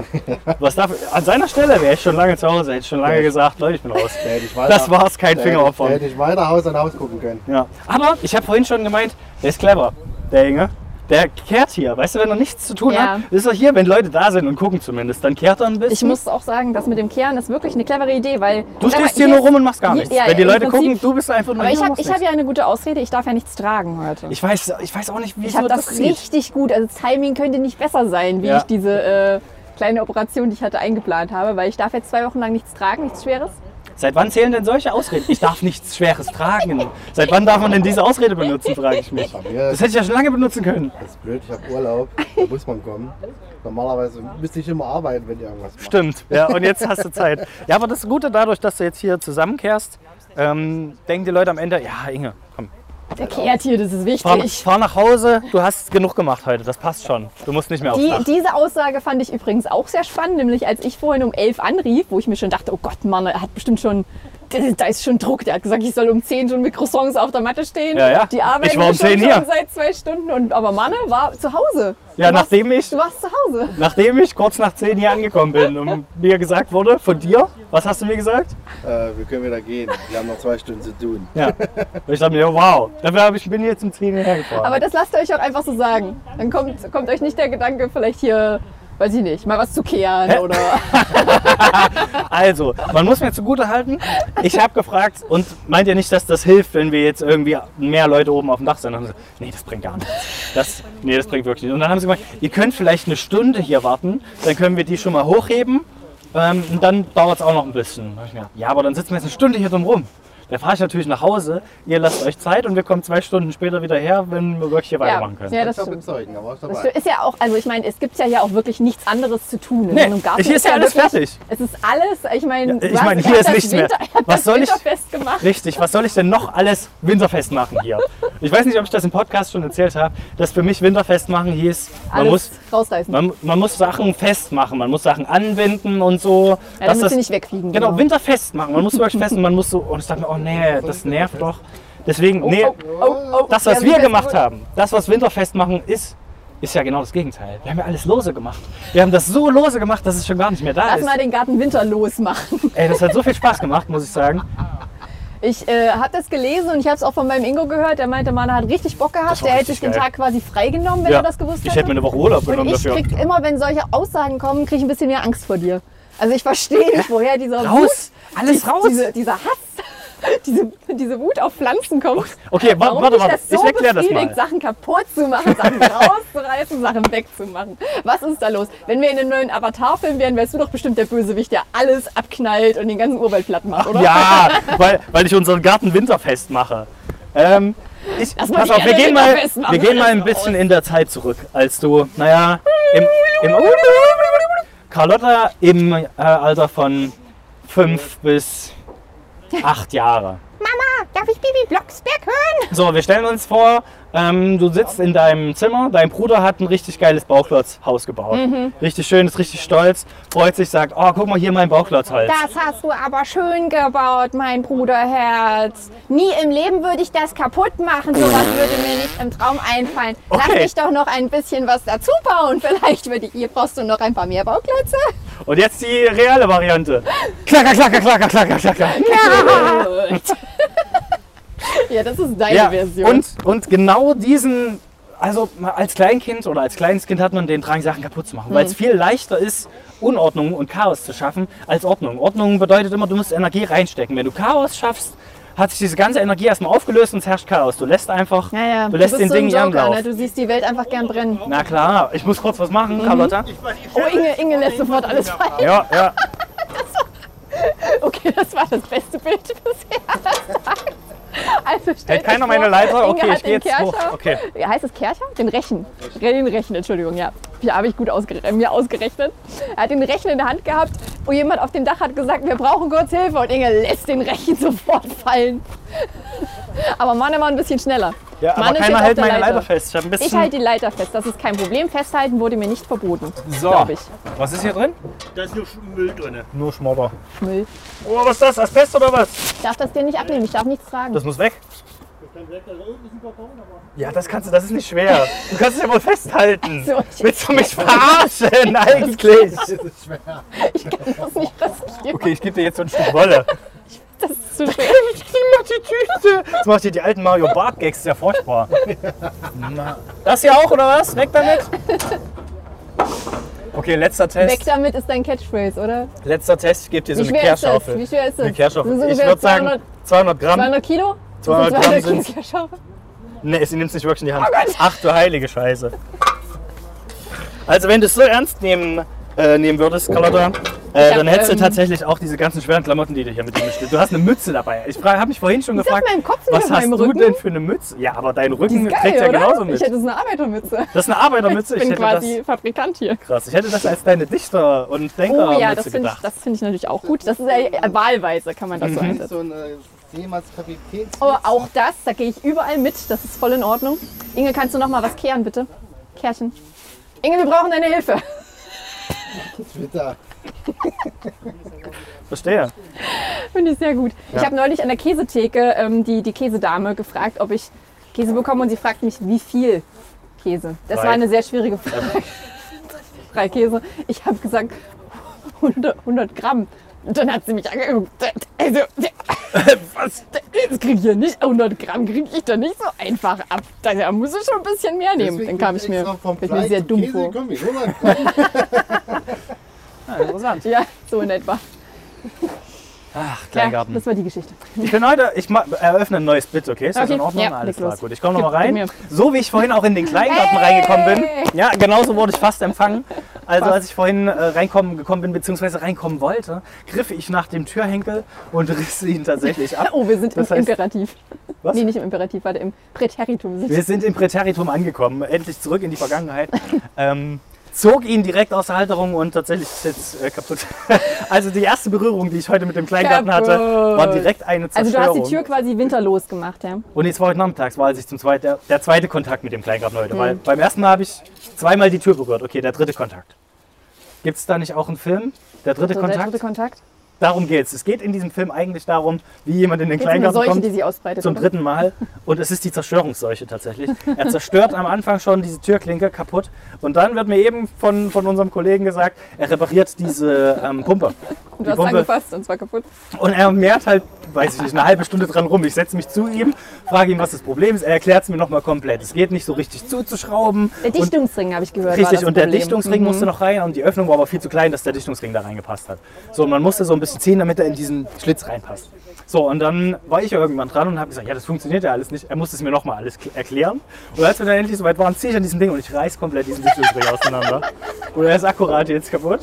[SPEAKER 2] Was darf, an seiner Stelle wäre ich schon lange zu Hause. Hätte ich schon lange gesagt, Leute, ich bin raus.
[SPEAKER 6] Da hätte ich weiter-
[SPEAKER 2] Das war's, kein
[SPEAKER 6] da hätte- da
[SPEAKER 2] Fingeropfer.
[SPEAKER 6] Hätte ich weiter Haus an Haus gucken können.
[SPEAKER 2] Ja. Aber ich habe vorhin schon gemeint, der ist clever, der Inge. Der kehrt hier. Weißt du, wenn er nichts zu tun
[SPEAKER 4] Ja.
[SPEAKER 2] hat, ist er hier, wenn Leute da sind und gucken zumindest. Dann kehrt er ein bisschen.
[SPEAKER 4] Ich muss auch sagen, das mit dem Kehren ist wirklich eine clevere Idee, weil.
[SPEAKER 2] du
[SPEAKER 4] Sag mal,
[SPEAKER 2] stehst hier
[SPEAKER 4] hier
[SPEAKER 2] nur rum und machst gar
[SPEAKER 4] hier-
[SPEAKER 2] nichts.
[SPEAKER 4] ja,
[SPEAKER 2] wenn die
[SPEAKER 4] im
[SPEAKER 2] Leute
[SPEAKER 4] Prinzip-
[SPEAKER 2] gucken, du bist einfach nur
[SPEAKER 4] Aber
[SPEAKER 2] hier
[SPEAKER 4] ich
[SPEAKER 2] und
[SPEAKER 4] habe
[SPEAKER 2] machst
[SPEAKER 4] ich hab
[SPEAKER 2] nichts.
[SPEAKER 4] ja eine gute Ausrede, ich darf ja nichts tragen heute.
[SPEAKER 2] ich weiß, ich weiß auch nicht, wie
[SPEAKER 4] Ich habe
[SPEAKER 2] so
[SPEAKER 4] das
[SPEAKER 2] geht.
[SPEAKER 4] richtig gut. Also das Timing könnte nicht besser sein, wie
[SPEAKER 2] Ja.
[SPEAKER 4] ich diese äh, kleine Operation, die ich hatte, eingeplant habe, weil ich darf jetzt zwei Wochen lang nichts tragen, nichts Schweres.
[SPEAKER 2] Seit wann zählen denn solche Ausreden? Ich darf nichts Schweres tragen. Seit wann darf man denn diese Ausrede benutzen, frage ich mich.
[SPEAKER 6] Bei mir
[SPEAKER 2] Das hätte ich ja schon lange benutzen können.
[SPEAKER 6] Das ist blöd, ich habe Urlaub, da muss man kommen. Normalerweise müsste ich immer arbeiten, wenn ich irgendwas mache.
[SPEAKER 2] Stimmt, ja, und jetzt hast du Zeit. Ja, aber das Gute dadurch, dass du jetzt hier zusammenkehrst, ähm, denken die Leute am Ende, ja, Inge, komm,
[SPEAKER 4] Der
[SPEAKER 2] Genau.
[SPEAKER 4] kehrt hier, das ist
[SPEAKER 2] fahr,
[SPEAKER 4] wichtig.
[SPEAKER 2] fahr nach Hause, du hast genug gemacht heute, das passt schon. Du musst nicht mehr aufs
[SPEAKER 4] Die,
[SPEAKER 2] Dach.
[SPEAKER 4] diese Aussage fand ich übrigens auch sehr spannend, nämlich als ich vorhin um elf anrief, wo ich mir schon dachte, oh Gott, Mann, er hat bestimmt schon, da ist schon Druck. Der hat gesagt, ich soll um zehn schon mit Croissants auf der Matte stehen.
[SPEAKER 2] Ja, ja.
[SPEAKER 4] Die arbeiten
[SPEAKER 2] Ich war um
[SPEAKER 4] schon,
[SPEAKER 2] 10
[SPEAKER 4] schon
[SPEAKER 2] hier.
[SPEAKER 4] seit zwei Stunden. Und, aber Manne war zu Hause.
[SPEAKER 2] Ja,
[SPEAKER 4] du warst,
[SPEAKER 2] nachdem ich,
[SPEAKER 4] du warst zu Hause.
[SPEAKER 2] nachdem ich kurz nach 10 hier angekommen bin und mir gesagt wurde, von dir, was hast du mir gesagt?
[SPEAKER 6] Äh, wir können wieder gehen, wir haben noch zwei Stunden zu tun.
[SPEAKER 2] Ja. Und ich dachte mir, wow, dafür hab ich, bin ich jetzt um 10 hierher gefahren.
[SPEAKER 4] Aber das lasst ihr euch auch einfach so sagen. Dann kommt, kommt euch nicht der Gedanke, vielleicht hier, weiß ich nicht, mal was zu kehren oder.
[SPEAKER 2] Also, man muss mir zugute halten. Ich habe gefragt und meint ihr nicht, dass das hilft, wenn wir jetzt irgendwie mehr Leute oben auf dem Dach sind? Und haben sie gesagt, nee, das bringt gar nichts. Das, nee, das bringt wirklich nichts. Und dann haben sie gemeint, ihr könnt vielleicht eine Stunde hier warten, dann können wir die schon mal hochheben ähm, und dann dauert es auch noch ein bisschen. Da hab ich mir gedacht, Ja, aber dann sitzen wir jetzt eine Stunde hier drum rum. Da fahre ich natürlich nach Hause, ihr lasst euch Zeit und wir kommen zwei Stunden später wieder her, wenn wir wirklich hier weitermachen können.
[SPEAKER 1] ja, das
[SPEAKER 6] ich habe
[SPEAKER 1] stimmt.
[SPEAKER 6] Zeugen, aber ich
[SPEAKER 4] Das
[SPEAKER 6] dabei.
[SPEAKER 4] ist ja auch, also ich meine, es gibt ja hier auch wirklich nichts anderes zu tun. In
[SPEAKER 2] Nee,
[SPEAKER 4] so einem Garten
[SPEAKER 2] hier ist ja alles
[SPEAKER 4] wirklich-
[SPEAKER 2] fertig.
[SPEAKER 4] Es ist alles, ich meine,
[SPEAKER 2] ich
[SPEAKER 4] du hast-
[SPEAKER 2] meine,
[SPEAKER 4] er
[SPEAKER 2] hier
[SPEAKER 4] hat
[SPEAKER 2] ist
[SPEAKER 4] das
[SPEAKER 2] nichts mehr.
[SPEAKER 4] Winter- er hat
[SPEAKER 2] Was
[SPEAKER 4] das
[SPEAKER 2] soll ich-
[SPEAKER 4] Winterfest gemacht.
[SPEAKER 2] Richtig, was soll ich denn noch alles winterfest machen hier? Ich weiß nicht, ob ich das im Podcast schon erzählt habe, dass für mich winterfest machen hieß, man
[SPEAKER 4] Alles
[SPEAKER 2] muss
[SPEAKER 4] rausreißen.
[SPEAKER 2] Man, man muss Sachen festmachen, man muss Sachen anbinden und so.
[SPEAKER 4] ja, damit sie nicht wegfliegen.
[SPEAKER 2] genau, winterfest machen. Man muss wirklich fest und man muss so. Und ich dachte mir, oh nee, das nervt doch. Deswegen, nee, das, was
[SPEAKER 4] Oh, ja,
[SPEAKER 2] wir
[SPEAKER 4] Winterfest-
[SPEAKER 2] gemacht haben, das, was Winterfest machen ist, ist ja genau das Gegenteil. Wir haben ja alles lose gemacht. Wir haben das so lose gemacht, dass es schon gar nicht mehr da
[SPEAKER 4] Lass
[SPEAKER 2] ist.
[SPEAKER 4] mal den Garten winterlos machen.
[SPEAKER 2] Ey, das hat so viel Spaß gemacht, muss ich sagen.
[SPEAKER 4] Ich äh, habe das gelesen und ich habe es auch von meinem Ingo gehört. Der meinte, man hat richtig Bock
[SPEAKER 2] Das
[SPEAKER 4] gehabt.
[SPEAKER 2] war
[SPEAKER 4] Der hätte
[SPEAKER 2] richtig
[SPEAKER 4] sich den
[SPEAKER 2] geil.
[SPEAKER 4] Tag quasi freigenommen, wenn
[SPEAKER 2] Ja,
[SPEAKER 4] er das gewusst hätte.
[SPEAKER 2] ich hätte mir eine Woche Urlaub
[SPEAKER 4] und
[SPEAKER 2] genommen
[SPEAKER 4] ich
[SPEAKER 2] dafür.
[SPEAKER 4] krieg immer, wenn solche Aussagen kommen, krieg ich ein bisschen mehr Angst vor dir. Also ich verstehe nicht, woher dieser
[SPEAKER 2] Raus!
[SPEAKER 4] Wut,
[SPEAKER 2] Alles
[SPEAKER 4] dies-
[SPEAKER 2] raus!
[SPEAKER 4] Diese, dieser Hass, diese, diese Wut auf Pflanzen kommt.
[SPEAKER 2] Okay, wa-
[SPEAKER 4] Warum
[SPEAKER 2] warte,
[SPEAKER 4] dich
[SPEAKER 2] warte,
[SPEAKER 4] das so
[SPEAKER 2] ich erkläre das
[SPEAKER 4] befriedigt,
[SPEAKER 2] mal.
[SPEAKER 4] Sachen kaputt zu machen, Sachen rauszureißen, Sachen wegzumachen. Was ist da los? Wenn wir in einem neuen Avatar-Film wären, wärst du doch bestimmt der Bösewicht, der alles abknallt und den ganzen Urwald platt macht, oder?
[SPEAKER 2] Ja, weil, weil ich unseren Garten winterfest mache. Ähm, ich,
[SPEAKER 4] Lass mal
[SPEAKER 2] pass
[SPEAKER 4] die
[SPEAKER 2] auf, wir
[SPEAKER 4] Erde
[SPEAKER 2] gehen, mal,
[SPEAKER 4] winterfest machen.
[SPEAKER 2] wir gehen mal ein bisschen in der Zeit zurück, als du, naja, im, im Carlotta im äh, Alter von fünf bis acht Jahre.
[SPEAKER 4] Darf ich Bibi Blocksberg hören?
[SPEAKER 2] So, wir stellen uns vor, ähm, du sitzt in deinem Zimmer, dein Bruder hat ein richtig geiles Bauchlotzhaus gebaut.
[SPEAKER 4] Mhm.
[SPEAKER 2] Richtig schön, ist richtig stolz, freut sich, sagt, oh, guck mal hier mein halt. Bauchlotzholz.
[SPEAKER 4] Das hast du aber schön gebaut, mein Bruderherz. Nie im Leben würde ich das kaputt machen. Sowas würde mir nicht im Traum einfallen. Lass
[SPEAKER 2] Okay.
[SPEAKER 4] mich doch noch ein bisschen was dazu bauen. Vielleicht würde ich, hier brauchst du noch ein paar mehr Bauklötze.
[SPEAKER 2] Und jetzt die reale Variante. Klacker, klacker, klacker, klacker, klacker.
[SPEAKER 4] ja, das ist deine
[SPEAKER 2] Ja,
[SPEAKER 4] Version.
[SPEAKER 2] und, und genau diesen, also mal als Kleinkind oder als kleines Kind hat man den Drang, Sachen kaputt zu machen, weil
[SPEAKER 4] Hm.
[SPEAKER 2] es viel leichter ist, Unordnung und Chaos zu schaffen, als Ordnung. Ordnung bedeutet immer, du musst Energie reinstecken. Wenn du Chaos schaffst, hat sich diese ganze Energie erstmal aufgelöst und es herrscht Chaos. Du lässt einfach,
[SPEAKER 4] Ja, ja.
[SPEAKER 2] du lässt den
[SPEAKER 4] bist so
[SPEAKER 2] Ding
[SPEAKER 4] ein
[SPEAKER 2] ihren
[SPEAKER 4] Joker,
[SPEAKER 2] Lauf.
[SPEAKER 4] ne? Du siehst die Welt einfach gern brennen.
[SPEAKER 2] Na klar, ich muss kurz was machen, Carlotta.
[SPEAKER 4] Oh, Inge, Inge lässt sofort alles fallen.
[SPEAKER 2] Ja, ja.
[SPEAKER 4] Okay, das war das beste Bild bisher. Also stellt
[SPEAKER 2] Hält
[SPEAKER 4] euch
[SPEAKER 2] keiner
[SPEAKER 4] vor,
[SPEAKER 2] meine Leiter? Okay,
[SPEAKER 4] Inge
[SPEAKER 2] ich
[SPEAKER 4] hat
[SPEAKER 2] gehe
[SPEAKER 4] den
[SPEAKER 2] jetzt hoch.
[SPEAKER 4] Kercher.
[SPEAKER 2] Okay.
[SPEAKER 4] Ja, Heißt es Kercher? Den Rechen. Den Rechen, Entschuldigung, ja. Ja, habe ich gut ausgerechnet, mir ausgerechnet. Er hat den Rechen in der Hand gehabt und jemand auf dem Dach hat gesagt, wir brauchen kurz Hilfe. Und Inge lässt den Rechen sofort fallen. Aber Mann, er war ein bisschen schneller.
[SPEAKER 2] ja aber
[SPEAKER 4] Manne steht
[SPEAKER 2] keiner
[SPEAKER 4] auf
[SPEAKER 2] hält
[SPEAKER 4] der
[SPEAKER 2] meine
[SPEAKER 4] Leiter.
[SPEAKER 2] Leiter fest. Ich habe ein bisschen.
[SPEAKER 4] Ich halte die Leiter fest, das ist kein Problem. Festhalten wurde mir nicht verboten,
[SPEAKER 5] So,
[SPEAKER 4] glaube ich.
[SPEAKER 5] was ist hier drin?
[SPEAKER 10] Da ist nur Sch- Müll drin.
[SPEAKER 2] nur Schmodder.
[SPEAKER 4] Müll.
[SPEAKER 2] Oh, was ist das? Asbest oder was?
[SPEAKER 4] Ich darf das dir nicht abnehmen, ich darf nichts tragen.
[SPEAKER 2] Das muss weg.
[SPEAKER 10] Dann weg, also unten ist ein Karton, aber
[SPEAKER 2] Ja, das kannst du, das ist nicht schwer. Du kannst es ja wohl festhalten.
[SPEAKER 4] So, ich-
[SPEAKER 2] Willst du mich verarschen eigentlich?
[SPEAKER 4] Das ist nicht riskieren.
[SPEAKER 2] Okay, ich gebe dir jetzt so ein Stück Wolle.
[SPEAKER 4] Das ist zu schwer.
[SPEAKER 2] Ich krieg noch die Tüte. Das macht dir die alten Mario Bart Gags ist ja furchtbar. Das hier auch, oder was? Weg damit. Okay, letzter Test.
[SPEAKER 4] Weg damit ist dein Catchphrase, oder?
[SPEAKER 2] Letzter Test, ich gebe dir so
[SPEAKER 4] Wie
[SPEAKER 2] eine
[SPEAKER 4] schwer ist das?
[SPEAKER 2] Kehrschaufel.
[SPEAKER 4] Wie schwer ist das?
[SPEAKER 2] Eine Kehrschaufel.
[SPEAKER 4] Das sind
[SPEAKER 2] Ich
[SPEAKER 4] ungefähr
[SPEAKER 2] würde sagen
[SPEAKER 4] 200,
[SPEAKER 2] 200 Gramm.
[SPEAKER 4] 200 Kilo?
[SPEAKER 2] 200 Gramm
[SPEAKER 4] Kilo
[SPEAKER 2] sind's.
[SPEAKER 4] Kehrschaufel.
[SPEAKER 2] Nee, sie nimmt es nicht wirklich in
[SPEAKER 4] Oh
[SPEAKER 2] die Hand. Ach du heilige Scheiße. Also wenn du es so ernst nehmen, äh, nehmen würdest, Carlotta, äh,
[SPEAKER 4] hab,
[SPEAKER 2] dann hättest
[SPEAKER 4] ähm,
[SPEAKER 2] du tatsächlich auch diese ganzen schweren Klamotten, die du hier mit dir mitstellst. Du hast eine Mütze dabei. Ich habe mich vorhin schon
[SPEAKER 4] Ist auf
[SPEAKER 2] gefragt,
[SPEAKER 4] meinem Kopf nicht
[SPEAKER 2] was
[SPEAKER 4] auf
[SPEAKER 2] hast
[SPEAKER 4] meinem
[SPEAKER 2] du
[SPEAKER 4] Rücken?
[SPEAKER 2] denn für eine Mütze? Ja, aber dein Rücken
[SPEAKER 4] Geil,
[SPEAKER 2] trägt ja
[SPEAKER 4] oder?
[SPEAKER 2] genauso mit.
[SPEAKER 4] Ich hätte so eine Arbeitermütze.
[SPEAKER 2] das ist eine Arbeitermütze.
[SPEAKER 4] Ich bin
[SPEAKER 2] hätte
[SPEAKER 4] quasi Fabrikant hier.
[SPEAKER 2] das krass. Ich hätte das als deine Dichter- und
[SPEAKER 4] Oh
[SPEAKER 2] Denkermütze
[SPEAKER 4] ja, das finde ich,
[SPEAKER 2] gedacht.
[SPEAKER 4] das find ich natürlich auch gut. Das ist ja äh, wahlweise, kann man das so
[SPEAKER 6] Das ist
[SPEAKER 4] einsetzen.
[SPEAKER 6] so ein äh, ehemals Kapitäns.
[SPEAKER 4] Aber auch das, da gehe ich überall mit. Das ist voll in Ordnung. Inge, kannst du noch mal was kehren, bitte? Kehrchen. Inge, wir brauchen deine Hilfe.
[SPEAKER 6] Twitter.
[SPEAKER 2] Verstehe.
[SPEAKER 4] Finde ich sehr gut. Ich habe neulich an der Käsetheke ähm, die, die Käsedame gefragt, ob ich Käse bekomme und sie fragt mich, wie viel Käse. Das
[SPEAKER 2] Drei.
[SPEAKER 4] war eine sehr schwierige Frage. Drei Käse. Ich habe gesagt 100, 100 Gramm. Und dann hat sie mich angeguckt. Also, was? Das krieg ich hier nicht. 100 Gramm kriege ich da nicht so einfach ab. Da muss ich schon ein bisschen mehr nehmen. dann kam ich mir,
[SPEAKER 6] vom
[SPEAKER 4] ich mir sehr dumm vor.
[SPEAKER 6] Komm, ich hol
[SPEAKER 2] interessant.
[SPEAKER 4] Ja, so in etwa.
[SPEAKER 2] Ach,
[SPEAKER 4] Ja,
[SPEAKER 2] Kleingarten.
[SPEAKER 4] das war die Geschichte.
[SPEAKER 2] Ich bin heute, ich ma- eröffne ein neues Bit, okay? Ist das
[SPEAKER 4] Okay,
[SPEAKER 2] in Ordnung?
[SPEAKER 4] ja,
[SPEAKER 2] Alles
[SPEAKER 4] leg
[SPEAKER 2] klar,
[SPEAKER 4] los.
[SPEAKER 2] gut. Ich komme nochmal
[SPEAKER 4] Gib- gib
[SPEAKER 2] rein.
[SPEAKER 4] mir.
[SPEAKER 2] So wie ich vorhin auch in den Kleingarten
[SPEAKER 4] Hey!
[SPEAKER 2] reingekommen bin. Ja, genauso wurde ich fast empfangen. Also als ich vorhin äh, reinkommen gekommen bin, beziehungsweise reinkommen wollte, griff ich nach dem Türhenkel und riss ihn tatsächlich ab.
[SPEAKER 4] Oh, wir sind im
[SPEAKER 2] Das heißt-
[SPEAKER 4] Imperativ.
[SPEAKER 2] Was?
[SPEAKER 4] Nee, nicht im Imperativ, warte, im Präteritum sind
[SPEAKER 2] Wir sind im Präteritum angekommen, endlich zurück in die Vergangenheit. Ähm, zog ihn direkt aus der Halterung und tatsächlich ist jetzt äh, kaputt. Also die erste Berührung, die ich heute mit dem Kleingarten hatte,
[SPEAKER 4] Kaputt.
[SPEAKER 2] war direkt eine
[SPEAKER 4] Also du
[SPEAKER 2] Zerstörung.
[SPEAKER 4] hast die Tür quasi winterlos gemacht, ja?
[SPEAKER 2] Und jetzt war heute Nachmittags, war als ich zum zweiten, der, der zweite Kontakt mit dem Kleingarten heute.
[SPEAKER 4] Hm.
[SPEAKER 2] Weil beim ersten Mal habe ich zweimal die Tür berührt. Okay, der dritte Kontakt. Gibt es da nicht auch einen Film? Der dritte
[SPEAKER 4] Also Der
[SPEAKER 2] Kontakt?
[SPEAKER 4] dritte Kontakt.
[SPEAKER 2] Darum geht's. Es geht in diesem Film eigentlich darum, wie jemand in den
[SPEAKER 4] Jetzt um eine
[SPEAKER 2] Kleingarten
[SPEAKER 4] Seuche,
[SPEAKER 2] kommt
[SPEAKER 4] die sich ausbreitet.
[SPEAKER 2] zum
[SPEAKER 4] oder?
[SPEAKER 2] dritten Mal und es ist die Zerstörungsseuche tatsächlich. Er zerstört am Anfang schon diese Türklinke kaputt und dann wird mir eben von, von unserem Kollegen gesagt, er repariert diese ähm, Pumpe.
[SPEAKER 4] Du
[SPEAKER 2] Die
[SPEAKER 4] hast
[SPEAKER 2] Pumpe.
[SPEAKER 4] angefasst und zwar kaputt.
[SPEAKER 2] Und er mehrt halt, weiß ich nicht, eine halbe Stunde dran rum. Ich setze mich zu ihm, frage ihn, was das Problem ist. Er erklärt es mir nochmal komplett. Es geht nicht so richtig zuzuschrauben.
[SPEAKER 4] Der
[SPEAKER 2] und,
[SPEAKER 4] Dichtungsring, habe ich gehört. war
[SPEAKER 2] richtig,
[SPEAKER 4] das
[SPEAKER 2] und der
[SPEAKER 4] Problem. Mhm.
[SPEAKER 2] Dichtungsring musste noch rein und die Öffnung war aber viel zu klein, dass der Dichtungsring da reingepasst hat. So, und man musste so ein bisschen ziehen, damit er in diesen Schlitz reinpasst. So, und dann war ich ja irgendwann dran und habe gesagt, ja, das funktioniert ja alles nicht. Er musste es mir nochmal alles k- erklären. Und als wir dann endlich soweit waren, ziehe ich an diesem Ding und ich reiß komplett diesen Dichtungsring auseinander. Und er ist akkurat jetzt kaputt.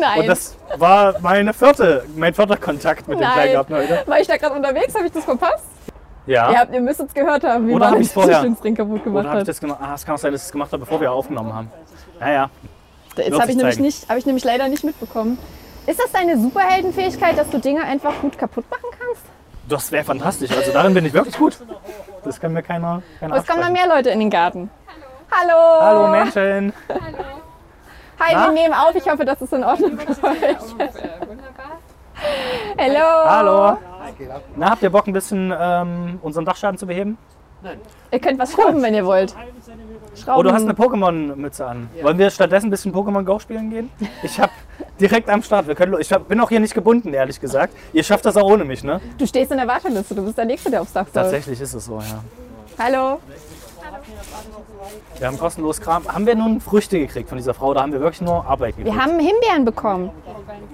[SPEAKER 4] Nein.
[SPEAKER 2] Und das war meine vierte, mein vierter Kontakt mit dem
[SPEAKER 4] Nein.
[SPEAKER 2] Kleingarten heute.
[SPEAKER 4] War ich da gerade unterwegs? Habe ich das verpasst?
[SPEAKER 2] Ja.
[SPEAKER 4] Ihr, habt, ihr müsst es gehört haben, wie
[SPEAKER 2] Ah. Oder hab
[SPEAKER 4] man den
[SPEAKER 2] ich's vorher?
[SPEAKER 4] Dichtungsring kaputt gemacht halt.
[SPEAKER 2] Oder habe ich
[SPEAKER 4] hat.
[SPEAKER 2] das gemacht? Ah, es kann auch sein, dass ich es gemacht habe, bevor wir aufgenommen haben. Naja,
[SPEAKER 4] Jetzt
[SPEAKER 2] Wird
[SPEAKER 4] habe ich,
[SPEAKER 2] sich
[SPEAKER 4] nämlich
[SPEAKER 2] zeigen.
[SPEAKER 4] nicht- hab ich nämlich leider nicht mitbekommen. Ist das deine Superheldenfähigkeit, dass du Dinge einfach gut kaputt machen kannst?
[SPEAKER 2] das wäre fantastisch. Also darin bin ich wirklich gut. Das kann mir keiner, keiner
[SPEAKER 4] Oh, es kommen noch
[SPEAKER 2] absprechen.
[SPEAKER 4] mehr Leute in den Garten. Hallo.
[SPEAKER 2] Hallo Menschen.
[SPEAKER 4] Hi,
[SPEAKER 2] Na?
[SPEAKER 4] wir nehmen auf. Ich hoffe, das ist in Ordnung für euch. Hello.
[SPEAKER 2] Hallo. Na, habt ihr Bock, ein bisschen ähm, unseren Dachschaden zu beheben?
[SPEAKER 4] Ihr könnt was schrauben, wenn ihr wollt. Schrauben.
[SPEAKER 2] Oh, du hast eine Pokémon-Mütze an. Wollen wir stattdessen ein bisschen Pokémon Go spielen gehen? Ich hab direkt am Start. Wir können, lo- ich hab, bin auch hier nicht gebunden, ehrlich gesagt. Ihr schafft das auch ohne mich, ne?
[SPEAKER 4] du stehst in der Warteliste. Du bist der Nächste, der aufs Dach soll.
[SPEAKER 2] Tatsächlich ist es so, ja.
[SPEAKER 4] Hallo.
[SPEAKER 2] Wir haben kostenlos Kram. Haben wir nun Früchte gekriegt von dieser Frau? Da haben wir wirklich nur Arbeit gekriegt.
[SPEAKER 4] Wir haben Himbeeren bekommen.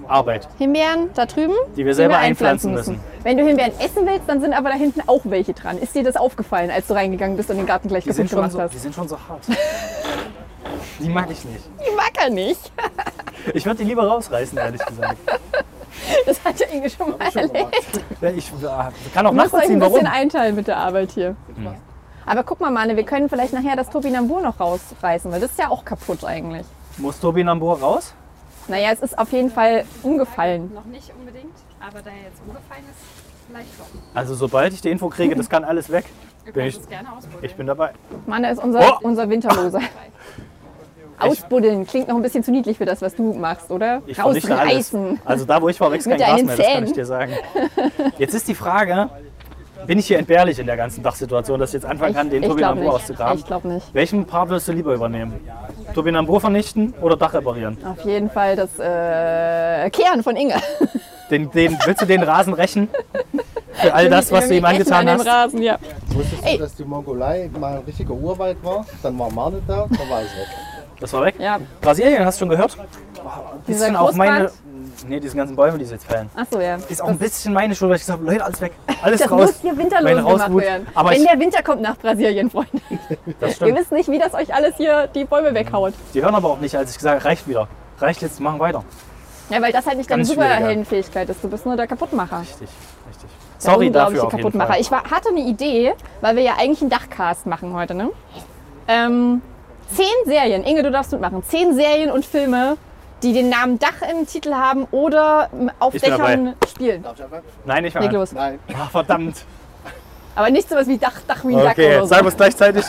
[SPEAKER 2] Arbeit,
[SPEAKER 4] Himbeeren da drüben,
[SPEAKER 2] die wir selber einpflanzen müssen.
[SPEAKER 4] Wenn du Himbeeren essen willst, dann sind aber da hinten auch welche dran. Ist dir das aufgefallen, als du reingegangen bist und den Garten gleich
[SPEAKER 2] Die sind,
[SPEAKER 4] kaputt
[SPEAKER 2] schon
[SPEAKER 4] gemacht
[SPEAKER 2] so, die
[SPEAKER 4] hast?
[SPEAKER 2] sind schon so hart. Die mag ich nicht.
[SPEAKER 4] Ich mag er nicht.
[SPEAKER 2] Ich würde die lieber rausreißen, ehrlich gesagt.
[SPEAKER 4] Das hat ja Inge schon mal erlebt.
[SPEAKER 2] Ja, Ich äh, kann auch
[SPEAKER 4] Du musst euch ein
[SPEAKER 2] nachvollziehen,
[SPEAKER 4] bisschen
[SPEAKER 2] warum.
[SPEAKER 4] einteilen mit der Arbeit hier.
[SPEAKER 2] Hm.
[SPEAKER 4] Aber guck mal, Mane, wir können vielleicht nachher das Turbinambur noch rausreißen, weil das ist ja auch kaputt eigentlich.
[SPEAKER 2] Muss Tobi Nambur raus?
[SPEAKER 4] Naja, es ist auf jeden Fall umgefallen.
[SPEAKER 11] Noch nicht unbedingt, aber da er jetzt umgefallen ist, vielleicht doch.
[SPEAKER 2] Also sobald ich die Info kriege, das kann alles weg.
[SPEAKER 11] Wir
[SPEAKER 2] Bin
[SPEAKER 11] können
[SPEAKER 2] ich,
[SPEAKER 11] es gerne ausprobieren.
[SPEAKER 2] ich bin dabei.
[SPEAKER 4] Mane ist unser,
[SPEAKER 2] Oh!
[SPEAKER 4] unser Winterloser. Ausbuddeln klingt noch ein bisschen zu niedlich für das, was du machst, oder?
[SPEAKER 2] Ich vernichte alles. Also da, wo ich war, wächst kein
[SPEAKER 4] Mit
[SPEAKER 2] Gras
[SPEAKER 4] deinen
[SPEAKER 2] mehr, das kann ich
[SPEAKER 4] Zähnen.
[SPEAKER 2] dir sagen. Jetzt ist die Frage, bin ich hier entbehrlich in der ganzen Dachsituation, dass ich jetzt anfangen kann, den
[SPEAKER 4] ich
[SPEAKER 2] Tobi
[SPEAKER 4] glaube
[SPEAKER 2] Nambur
[SPEAKER 4] nicht.
[SPEAKER 2] auszugraben?
[SPEAKER 4] Ich glaube nicht.
[SPEAKER 2] Welchen Part wirst du lieber übernehmen? Tobi Nambur vernichten oder Dach reparieren?
[SPEAKER 4] Auf jeden Fall das äh, Kehren von Inge.
[SPEAKER 2] Den, den, willst du den Rasen rächen? Für all das, was du ihm
[SPEAKER 4] Irgendwie Ecken
[SPEAKER 2] angetan
[SPEAKER 4] an
[SPEAKER 2] hast?
[SPEAKER 4] dem Rasen, ja.
[SPEAKER 6] Wusstest
[SPEAKER 4] Ey.
[SPEAKER 6] du, dass die Mongolei mal ein richtiger Urwald war? Dann war Marne da, dann war es weg.
[SPEAKER 2] Das war weg?
[SPEAKER 4] ja.
[SPEAKER 2] Brasilien, hast du schon gehört? Oh, ein bisschen
[SPEAKER 4] Dieser
[SPEAKER 2] auch meine.
[SPEAKER 4] Großbrand?
[SPEAKER 2] Nee, diese ganzen Bäume, die sie jetzt fällen.
[SPEAKER 4] Ach so, ja.
[SPEAKER 2] Ist auch ein bisschen meine Schuld, weil ich gesagt habe, Leute, alles weg. Alles
[SPEAKER 4] Das
[SPEAKER 2] raus.
[SPEAKER 4] muss hier winterlos
[SPEAKER 2] Meine
[SPEAKER 4] gemacht
[SPEAKER 2] Rauswut.
[SPEAKER 4] werden.
[SPEAKER 2] Aber
[SPEAKER 4] Wenn
[SPEAKER 2] ich,
[SPEAKER 4] der Winter kommt nach Brasilien, Freunde.
[SPEAKER 2] das
[SPEAKER 4] Ihr
[SPEAKER 2] stimmt. Mhm.
[SPEAKER 4] wisst nicht, wie das euch alles hier die Bäume weghaut.
[SPEAKER 2] Die hören aber auch nicht, als ich gesagt habe, reicht wieder. Reicht jetzt, machen weiter.
[SPEAKER 4] Ja, weil das halt nicht deine
[SPEAKER 2] Ganz schwieriger.
[SPEAKER 4] Superheldenfähigkeit ist. Du bist nur der Kaputtmacher.
[SPEAKER 2] Richtig, richtig.
[SPEAKER 4] Der
[SPEAKER 2] Sorry
[SPEAKER 4] unglaubliche
[SPEAKER 2] dafür auf jeden
[SPEAKER 4] Kaputtmacher.
[SPEAKER 2] Fall.
[SPEAKER 4] Ich war, hatte eine Idee, weil wir ja eigentlich einen Dachcast machen heute, ne? Ähm, zehn Serien, Inge, du darfst mitmachen. Zehn Serien und Filme, die den Namen Dach im Titel haben oder ähm, auf
[SPEAKER 2] Ich bin
[SPEAKER 4] Dächern spielen.
[SPEAKER 6] Darf ich einfach?
[SPEAKER 2] Nein, ich
[SPEAKER 4] Leg
[SPEAKER 2] war.
[SPEAKER 4] los.
[SPEAKER 6] Nein.
[SPEAKER 2] Ach, verdammt.
[SPEAKER 4] Aber nicht sowas wie Dach, Dach wie ein
[SPEAKER 2] Okay,
[SPEAKER 4] Dach oder
[SPEAKER 2] sagen wir
[SPEAKER 4] so.
[SPEAKER 2] es gleichzeitig.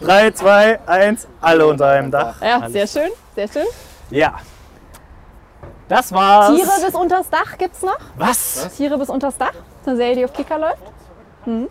[SPEAKER 2] 3, 2, 1, alle unter einem Dach.
[SPEAKER 4] Ja, sehr schön, sehr schön.
[SPEAKER 2] Ja. Das war's.
[SPEAKER 4] Tiere bis unters Dach gibt's noch.
[SPEAKER 2] Was?
[SPEAKER 4] Tiere bis unters Dach. Das ist eine Serie, die auf Kicker läuft. Hm.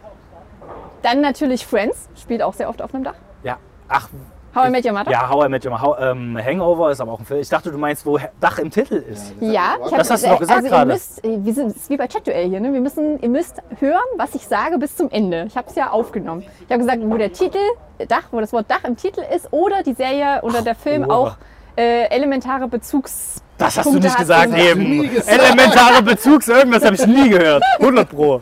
[SPEAKER 4] Dann natürlich Friends, spielt auch sehr oft auf einem Dach.
[SPEAKER 2] Ja. Ach,
[SPEAKER 4] How I Met Your Mother.
[SPEAKER 2] Ja, How I Met Your How, ähm, Hangover ist aber auch ein Film. Ich dachte, du meinst, wo H- Dach im Titel ist.
[SPEAKER 4] Ja, ich hab-
[SPEAKER 2] Das hast du doch gesagt
[SPEAKER 4] also
[SPEAKER 2] gerade.
[SPEAKER 4] Ihr müsst, äh, wir sind es ist wie bei Chat-Duell hier. Ne? Wir müssen, ihr müsst hören, was ich sage bis zum Ende. Ich habe es ja aufgenommen. Ich habe gesagt, wo der Titel äh, Dach, wo das Wort Dach im Titel ist oder die Serie oder der Film
[SPEAKER 2] Oha.
[SPEAKER 4] auch äh, elementare Bezugspunkte
[SPEAKER 2] Das hast du nicht gesagt
[SPEAKER 4] hat.
[SPEAKER 2] eben. Elementare Bezugs, irgendwas habe ich nie gehört. 100 Pro.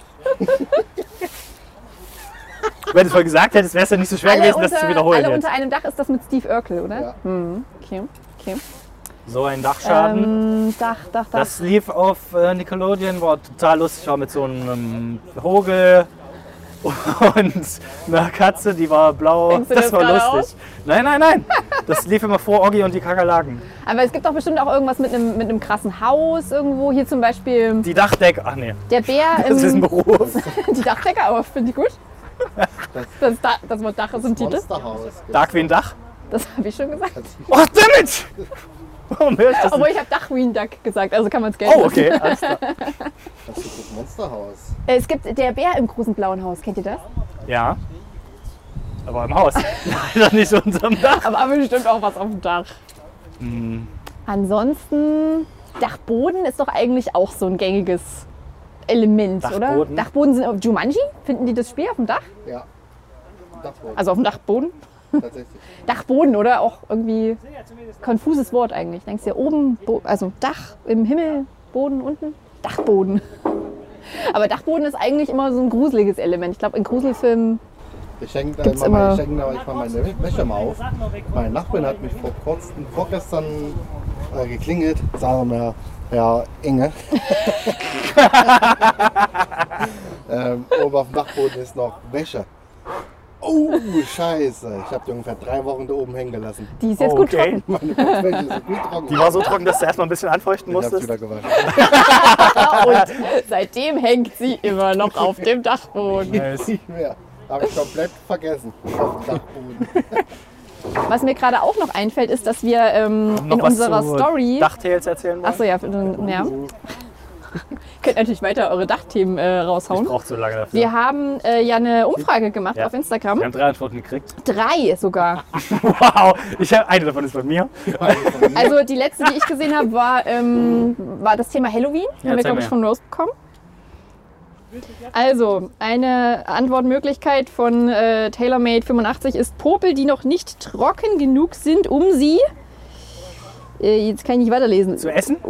[SPEAKER 2] Wenn du es mal gesagt hättest, wäre es ja nicht so schwer
[SPEAKER 4] Alle
[SPEAKER 2] gewesen,
[SPEAKER 4] unter,
[SPEAKER 2] das zu wiederholen.
[SPEAKER 4] alle
[SPEAKER 2] Jetzt.
[SPEAKER 4] unter einem Dach ist das mit Steve Urkel, oder?
[SPEAKER 6] Ja.
[SPEAKER 4] Hm, okay. Okay.
[SPEAKER 2] So ein Dachschaden.
[SPEAKER 4] Ähm, Dach, Dach, Dach.
[SPEAKER 2] Das lief auf äh, Nickelodeon, war total lustig, war mit so einem ähm, Vogel und einer Katze, die war blau.
[SPEAKER 4] Fängst du
[SPEAKER 2] Das
[SPEAKER 4] das
[SPEAKER 2] war
[SPEAKER 4] gerade
[SPEAKER 2] lustig. Nein, nein, nein. Das lief immer vor Oggi und die Kakerlaken.
[SPEAKER 4] Aber es gibt doch bestimmt auch irgendwas mit einem, mit einem krassen Haus irgendwo. Hier zum Beispiel
[SPEAKER 2] Die Dachdeck, ach nee,
[SPEAKER 4] der Bär
[SPEAKER 2] das ist ein
[SPEAKER 4] im,
[SPEAKER 2] Beruf.
[SPEAKER 4] die Dachdecke auf, finde ich gut. Das, da, das Wort Dach ist im Titel.
[SPEAKER 6] Monsterhaus. gibt's.
[SPEAKER 2] Dark wie ein Dach.
[SPEAKER 4] Das habe ich schon gesagt.
[SPEAKER 2] Oh, damit! Warum höre ich das
[SPEAKER 4] Obwohl
[SPEAKER 2] nicht?
[SPEAKER 4] ich habe Dachwien Duck gesagt, also kann man es gelten.
[SPEAKER 2] Oh, okay, alles klar.
[SPEAKER 6] Das ist das Monsterhaus.
[SPEAKER 4] Äh, Es gibt der Bär im großen blauen Haus, kennt ihr das?
[SPEAKER 2] Ja. Aber im Haus. Leider nicht unterm Dach.
[SPEAKER 4] Aber haben wir bestimmt auch was auf dem Dach.
[SPEAKER 2] Hm.
[SPEAKER 4] Ansonsten, Dachboden ist doch eigentlich auch so ein gängiges Element, oder?
[SPEAKER 2] Dachboden?
[SPEAKER 4] Dachboden sind auf Jumanji, finden die das Spiel auf dem Dach?
[SPEAKER 6] Ja. Dachboden,
[SPEAKER 4] Also auf dem Dachboden?
[SPEAKER 6] tatsächlich.
[SPEAKER 4] Dachboden, oder? Auch irgendwie konfuses Wort eigentlich. Denkst dir oben, Bo also Dach im Himmel, Boden unten, Dachboden. Aber Dachboden ist eigentlich immer so ein gruseliges Element. Ich glaube, in Gruselfilmen
[SPEAKER 6] Ich schenke da
[SPEAKER 4] Gibt's
[SPEAKER 6] immer,
[SPEAKER 4] immer-
[SPEAKER 6] meine- ich schenke da manchmal meine Wäsche mal auf. Meine Nachbarin hat mich vor kurzem, vorgestern äh, geklingelt. Sagen wir, Herr Inge. ähm, oben auf dem Dachboden ist noch Wäsche. Oh, scheiße. Ich habe die ungefähr drei Wochen da oben hängen gelassen.
[SPEAKER 4] die ist jetzt gut
[SPEAKER 2] Okay.
[SPEAKER 4] trocken.
[SPEAKER 6] Meine Wäsche ist gut trocken.
[SPEAKER 2] Die war so trocken, dass du erstmal ein bisschen anfeuchten
[SPEAKER 6] ich hab's
[SPEAKER 2] musstest.
[SPEAKER 6] wieder gewaschen.
[SPEAKER 4] Und seitdem hängt sie immer noch auf dem Dachboden.
[SPEAKER 2] Nice.
[SPEAKER 6] Nicht mehr. Habe ich komplett vergessen. Auf dem Dachboden.
[SPEAKER 4] Was mir gerade auch noch einfällt, ist, dass wir ähm,
[SPEAKER 2] Noch
[SPEAKER 4] in
[SPEAKER 2] was
[SPEAKER 4] unserer
[SPEAKER 2] zu
[SPEAKER 4] Story.
[SPEAKER 2] Dachtails erzählen wollen?
[SPEAKER 4] Achso, ja, dann- ja. Könnt natürlich weiter eure Dachthemen äh,
[SPEAKER 2] Ich
[SPEAKER 4] raushauen.
[SPEAKER 2] brauch zu lange dafür.
[SPEAKER 4] Wir haben äh, ja eine Umfrage gemacht
[SPEAKER 2] Ja.
[SPEAKER 4] auf Instagram.
[SPEAKER 2] Wir haben drei Antworten gekriegt.
[SPEAKER 4] Drei sogar.
[SPEAKER 2] Wow, ich hab, eine davon ist von mir.
[SPEAKER 4] Also die letzte, die ich gesehen habe, war, ähm, war das Thema Halloween.
[SPEAKER 2] Ja,
[SPEAKER 4] haben wir,
[SPEAKER 2] erzähl
[SPEAKER 4] glaube
[SPEAKER 2] mal,
[SPEAKER 4] ich,
[SPEAKER 2] ja.
[SPEAKER 4] von Rose bekommen. Also, eine Antwortmöglichkeit von äh, TaylorMade85 ist Popel, die noch nicht trocken genug sind, um sie. Äh, jetzt kann ich nicht weiterlesen.
[SPEAKER 2] Zu essen?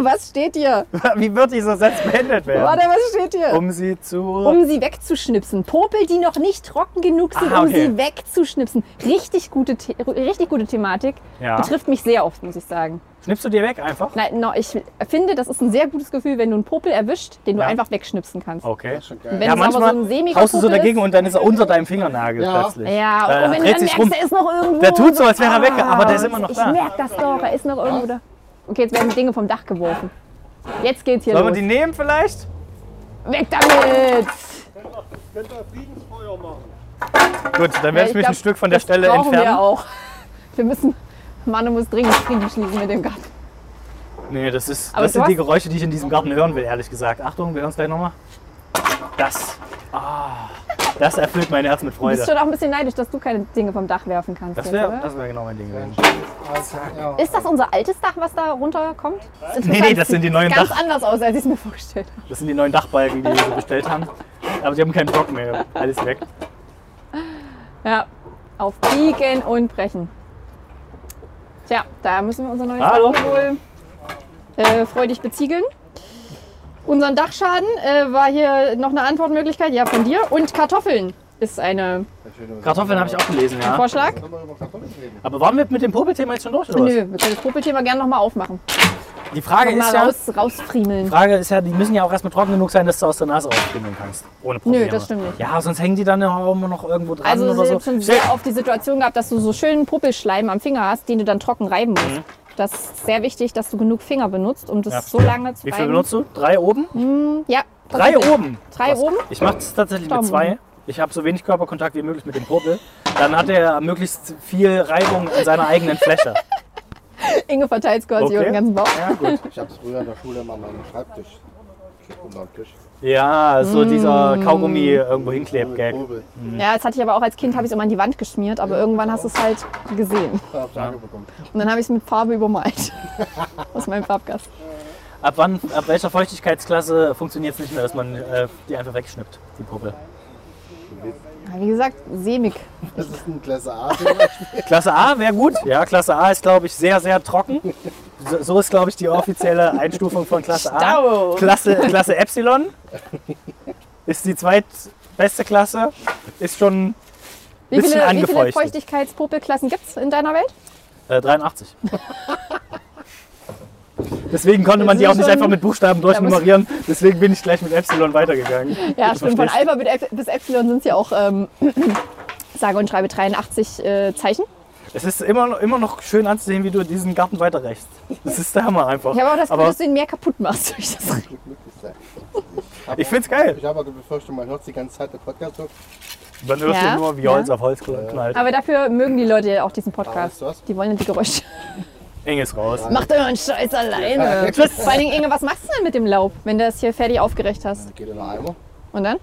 [SPEAKER 4] Was steht hier?
[SPEAKER 2] Wie wird dieser Satz beendet werden?
[SPEAKER 4] Warte, was steht hier?
[SPEAKER 2] Um sie zu.
[SPEAKER 4] um sie wegzuschnipsen. Popel, die noch nicht trocken genug sind,
[SPEAKER 2] Ah, okay.
[SPEAKER 4] um sie wegzuschnipsen. Richtig gute, The richtig gute Thematik.
[SPEAKER 2] Ja.
[SPEAKER 4] Betrifft mich sehr oft, muss ich sagen.
[SPEAKER 2] Schnippst du dir weg einfach?
[SPEAKER 4] Nein, no, ich finde, das ist ein sehr gutes Gefühl, wenn du einen Popel erwischt, den du
[SPEAKER 2] Ja.
[SPEAKER 4] einfach wegschnipsen kannst.
[SPEAKER 2] Okay.
[SPEAKER 4] Wenn es aber so ein Semi-Popel
[SPEAKER 2] haust du so dagegen
[SPEAKER 4] ist,
[SPEAKER 2] und dann ist er unter deinem Fingernagel
[SPEAKER 6] Ja.
[SPEAKER 2] plötzlich.
[SPEAKER 4] ja,
[SPEAKER 2] Da
[SPEAKER 4] und wenn du
[SPEAKER 2] dreht
[SPEAKER 4] dann
[SPEAKER 2] sich
[SPEAKER 4] merkst,
[SPEAKER 2] rum.
[SPEAKER 4] er ist noch irgendwo. Ah,
[SPEAKER 2] Der tut so, als wäre er weg, aber der ist immer noch
[SPEAKER 4] ich
[SPEAKER 2] da.
[SPEAKER 4] merke das doch, er ist noch irgendwo da. Okay, jetzt werden Dinge vom Dach geworfen. Jetzt geht's hier
[SPEAKER 2] Sollen wir
[SPEAKER 4] los.
[SPEAKER 2] die nehmen vielleicht?
[SPEAKER 4] Weg damit!
[SPEAKER 10] Könnt ihr Friedensfeuer machen?
[SPEAKER 2] Gut, dann werde
[SPEAKER 4] Ja,
[SPEAKER 2] ich mich
[SPEAKER 4] glaub,
[SPEAKER 2] ein Stück von der
[SPEAKER 4] das
[SPEAKER 2] Stelle
[SPEAKER 4] brauchen Wir
[SPEAKER 2] entfernen.
[SPEAKER 4] auch. Wir müssen. Manu muss dringend Frieden schließen mit dem Garten.
[SPEAKER 2] Nee, das, ist,
[SPEAKER 4] Aber
[SPEAKER 2] das
[SPEAKER 4] du
[SPEAKER 2] sind
[SPEAKER 4] hast-
[SPEAKER 2] die Geräusche, die ich in diesem Garten hören will, ehrlich gesagt. Achtung, wir hören es gleich nochmal. Das. Ah, das erfüllt mein Herz mit
[SPEAKER 4] Du bist
[SPEAKER 2] Freude.
[SPEAKER 4] schon auch ein bisschen neidisch, dass du keine Dinge vom Dach werfen kannst.
[SPEAKER 2] Das
[SPEAKER 4] jetzt,
[SPEAKER 2] wäre
[SPEAKER 4] oder?
[SPEAKER 2] das wär genau mein Ding gewesen.
[SPEAKER 4] ist das unser altes Dach, was da runterkommt? Das ist
[SPEAKER 2] Nee, nee,
[SPEAKER 4] interessant.
[SPEAKER 2] das sind die neuen
[SPEAKER 4] Ganz
[SPEAKER 2] Dach.
[SPEAKER 4] anders aus, als ich es mir vorgestellt habe.
[SPEAKER 2] Das sind die neuen Dachbalken, die wir so bestellt haben. Aber die haben keinen Bock mehr. Alles weg.
[SPEAKER 4] Ja, auf Biegen und Brechen. Tja, da müssen wir unser neues
[SPEAKER 2] Hallo.
[SPEAKER 4] Dach wohl äh, freudig beziegeln. Unseren Dachschaden äh, war hier noch eine Antwortmöglichkeit, ja, von dir. Und Kartoffeln ist eine,
[SPEAKER 2] Kartoffeln habe ich auch gelesen,
[SPEAKER 4] ein
[SPEAKER 2] ja.
[SPEAKER 4] Vorschlag.
[SPEAKER 2] Aber waren wir mit dem Popelthema jetzt schon durch, oder was?
[SPEAKER 4] Nö, wir können das Popelthema gerne nochmal aufmachen.
[SPEAKER 2] Die Frage ist
[SPEAKER 4] Nochmal
[SPEAKER 2] ja,
[SPEAKER 4] raus, rausfriemeln.
[SPEAKER 2] Frage ist ja, die müssen ja auch erstmal trocken genug sein, dass du aus der Nase rausbringen kannst. Ohne Probleme.
[SPEAKER 4] das stimmt nicht.
[SPEAKER 2] Ja, sonst hängen die dann ja auch immer noch irgendwo dran
[SPEAKER 4] Also
[SPEAKER 2] oder
[SPEAKER 4] ich
[SPEAKER 2] so.
[SPEAKER 4] habe schon
[SPEAKER 2] Stell-
[SPEAKER 4] sehr oft die Situation gehabt, dass du so schönen Popelschleim am Finger hast, den du dann trocken reiben musst. Das ist sehr wichtig, dass du genug Finger benutzt, um das
[SPEAKER 2] Mhm. Ja.
[SPEAKER 4] so lange zu
[SPEAKER 2] Wie viel
[SPEAKER 4] reiben.
[SPEAKER 2] benutzt du? Drei oben?
[SPEAKER 4] Ja,
[SPEAKER 2] Drei
[SPEAKER 4] tatsächlich.
[SPEAKER 2] oben.
[SPEAKER 4] Drei oben?
[SPEAKER 2] Ich mache es tatsächlich mit
[SPEAKER 4] Daumen
[SPEAKER 2] zwei. Ich habe so wenig Körperkontakt wie möglich mit dem Popel. Dann hat er möglichst viel Reibung an seiner eigenen Fläche.
[SPEAKER 4] Inge verteilt quasi
[SPEAKER 2] Okay.
[SPEAKER 4] den ganzen Bauch.
[SPEAKER 2] Ja, gut.
[SPEAKER 6] Ich hab's früher in der Schule immer an meinem Schreibtisch. Unter dem Tisch.
[SPEAKER 2] Ja, so
[SPEAKER 4] Mm.
[SPEAKER 2] dieser Kaugummi irgendwo hinklebt,
[SPEAKER 6] Gag.
[SPEAKER 2] Gag.
[SPEAKER 6] Hobel.
[SPEAKER 4] Ja, das hatte ich aber auch als Kind, habe ich es immer an die Wand geschmiert, aber irgendwann hast du es halt gesehen.
[SPEAKER 6] Ich hab Frage bekommen.
[SPEAKER 4] Und dann habe ich es mit Farbe übermalt. Aus meinem Farbgas.
[SPEAKER 2] Ab wann, ab welcher Feuchtigkeitsklasse funktioniert es nicht mehr, dass man äh, die einfach wegschnippt, die Popel?
[SPEAKER 4] Ja, Wie gesagt, sämig.
[SPEAKER 6] Das ist ein Klasse A.
[SPEAKER 2] Klasse A wäre gut. Ja, Klasse A ist, glaube ich, sehr, sehr trocken. So, so ist, glaube ich, die offizielle Einstufung von Klasse A.
[SPEAKER 4] Stau.
[SPEAKER 2] Klasse, Klasse Epsilon ist die zweitbeste Klasse. Ist schon
[SPEAKER 4] Wie
[SPEAKER 2] Bisschen
[SPEAKER 4] viele, wie viele
[SPEAKER 2] angefeuchtet.
[SPEAKER 4] Feuchtigkeitspopelklassen gibt es in deiner Welt?
[SPEAKER 2] Äh, 83. Deswegen konnte man die auch nicht einfach mit Buchstaben durchnummerieren. Deswegen bin ich gleich mit Epsilon weitergegangen.
[SPEAKER 4] Ja,
[SPEAKER 2] Du
[SPEAKER 4] stimmt. Von
[SPEAKER 2] verstehst?
[SPEAKER 4] Alpha bis Ep- bis Epsilon sind es ja auch, ähm, sage und schreibe, 83 äh, Zeichen.
[SPEAKER 2] Es ist immer, noch- immer noch schön anzusehen, wie du diesen Garten weiterreichst. Das ist der Hammer einfach.
[SPEAKER 4] Ich habe auch das Gefühl,
[SPEAKER 2] Aber
[SPEAKER 4] dass du ihn mehr kaputt machst durch das Reden.
[SPEAKER 6] Glück, glücklich sein.
[SPEAKER 2] ich find's geil.
[SPEAKER 6] Ich habe aber die Befürchtung, man hört die ganze Zeit den Podcast so.
[SPEAKER 2] Dann hörst
[SPEAKER 4] Ja,
[SPEAKER 2] du nur, wie
[SPEAKER 4] ja.
[SPEAKER 2] Holz auf Holz knallt.
[SPEAKER 4] Aber dafür mögen die Leute ja auch diesen Podcast.
[SPEAKER 6] Ah, weißt du was?
[SPEAKER 4] Die wollen ja die Geräusche.
[SPEAKER 2] Eng ist raus.
[SPEAKER 4] Macht euren Scheiß alleine. Vor allen Dingen, Inge, was machst du denn mit dem Laub, wenn du das hier fertig aufgerecht hast?
[SPEAKER 6] Geht in den Eimer.
[SPEAKER 4] Und dann?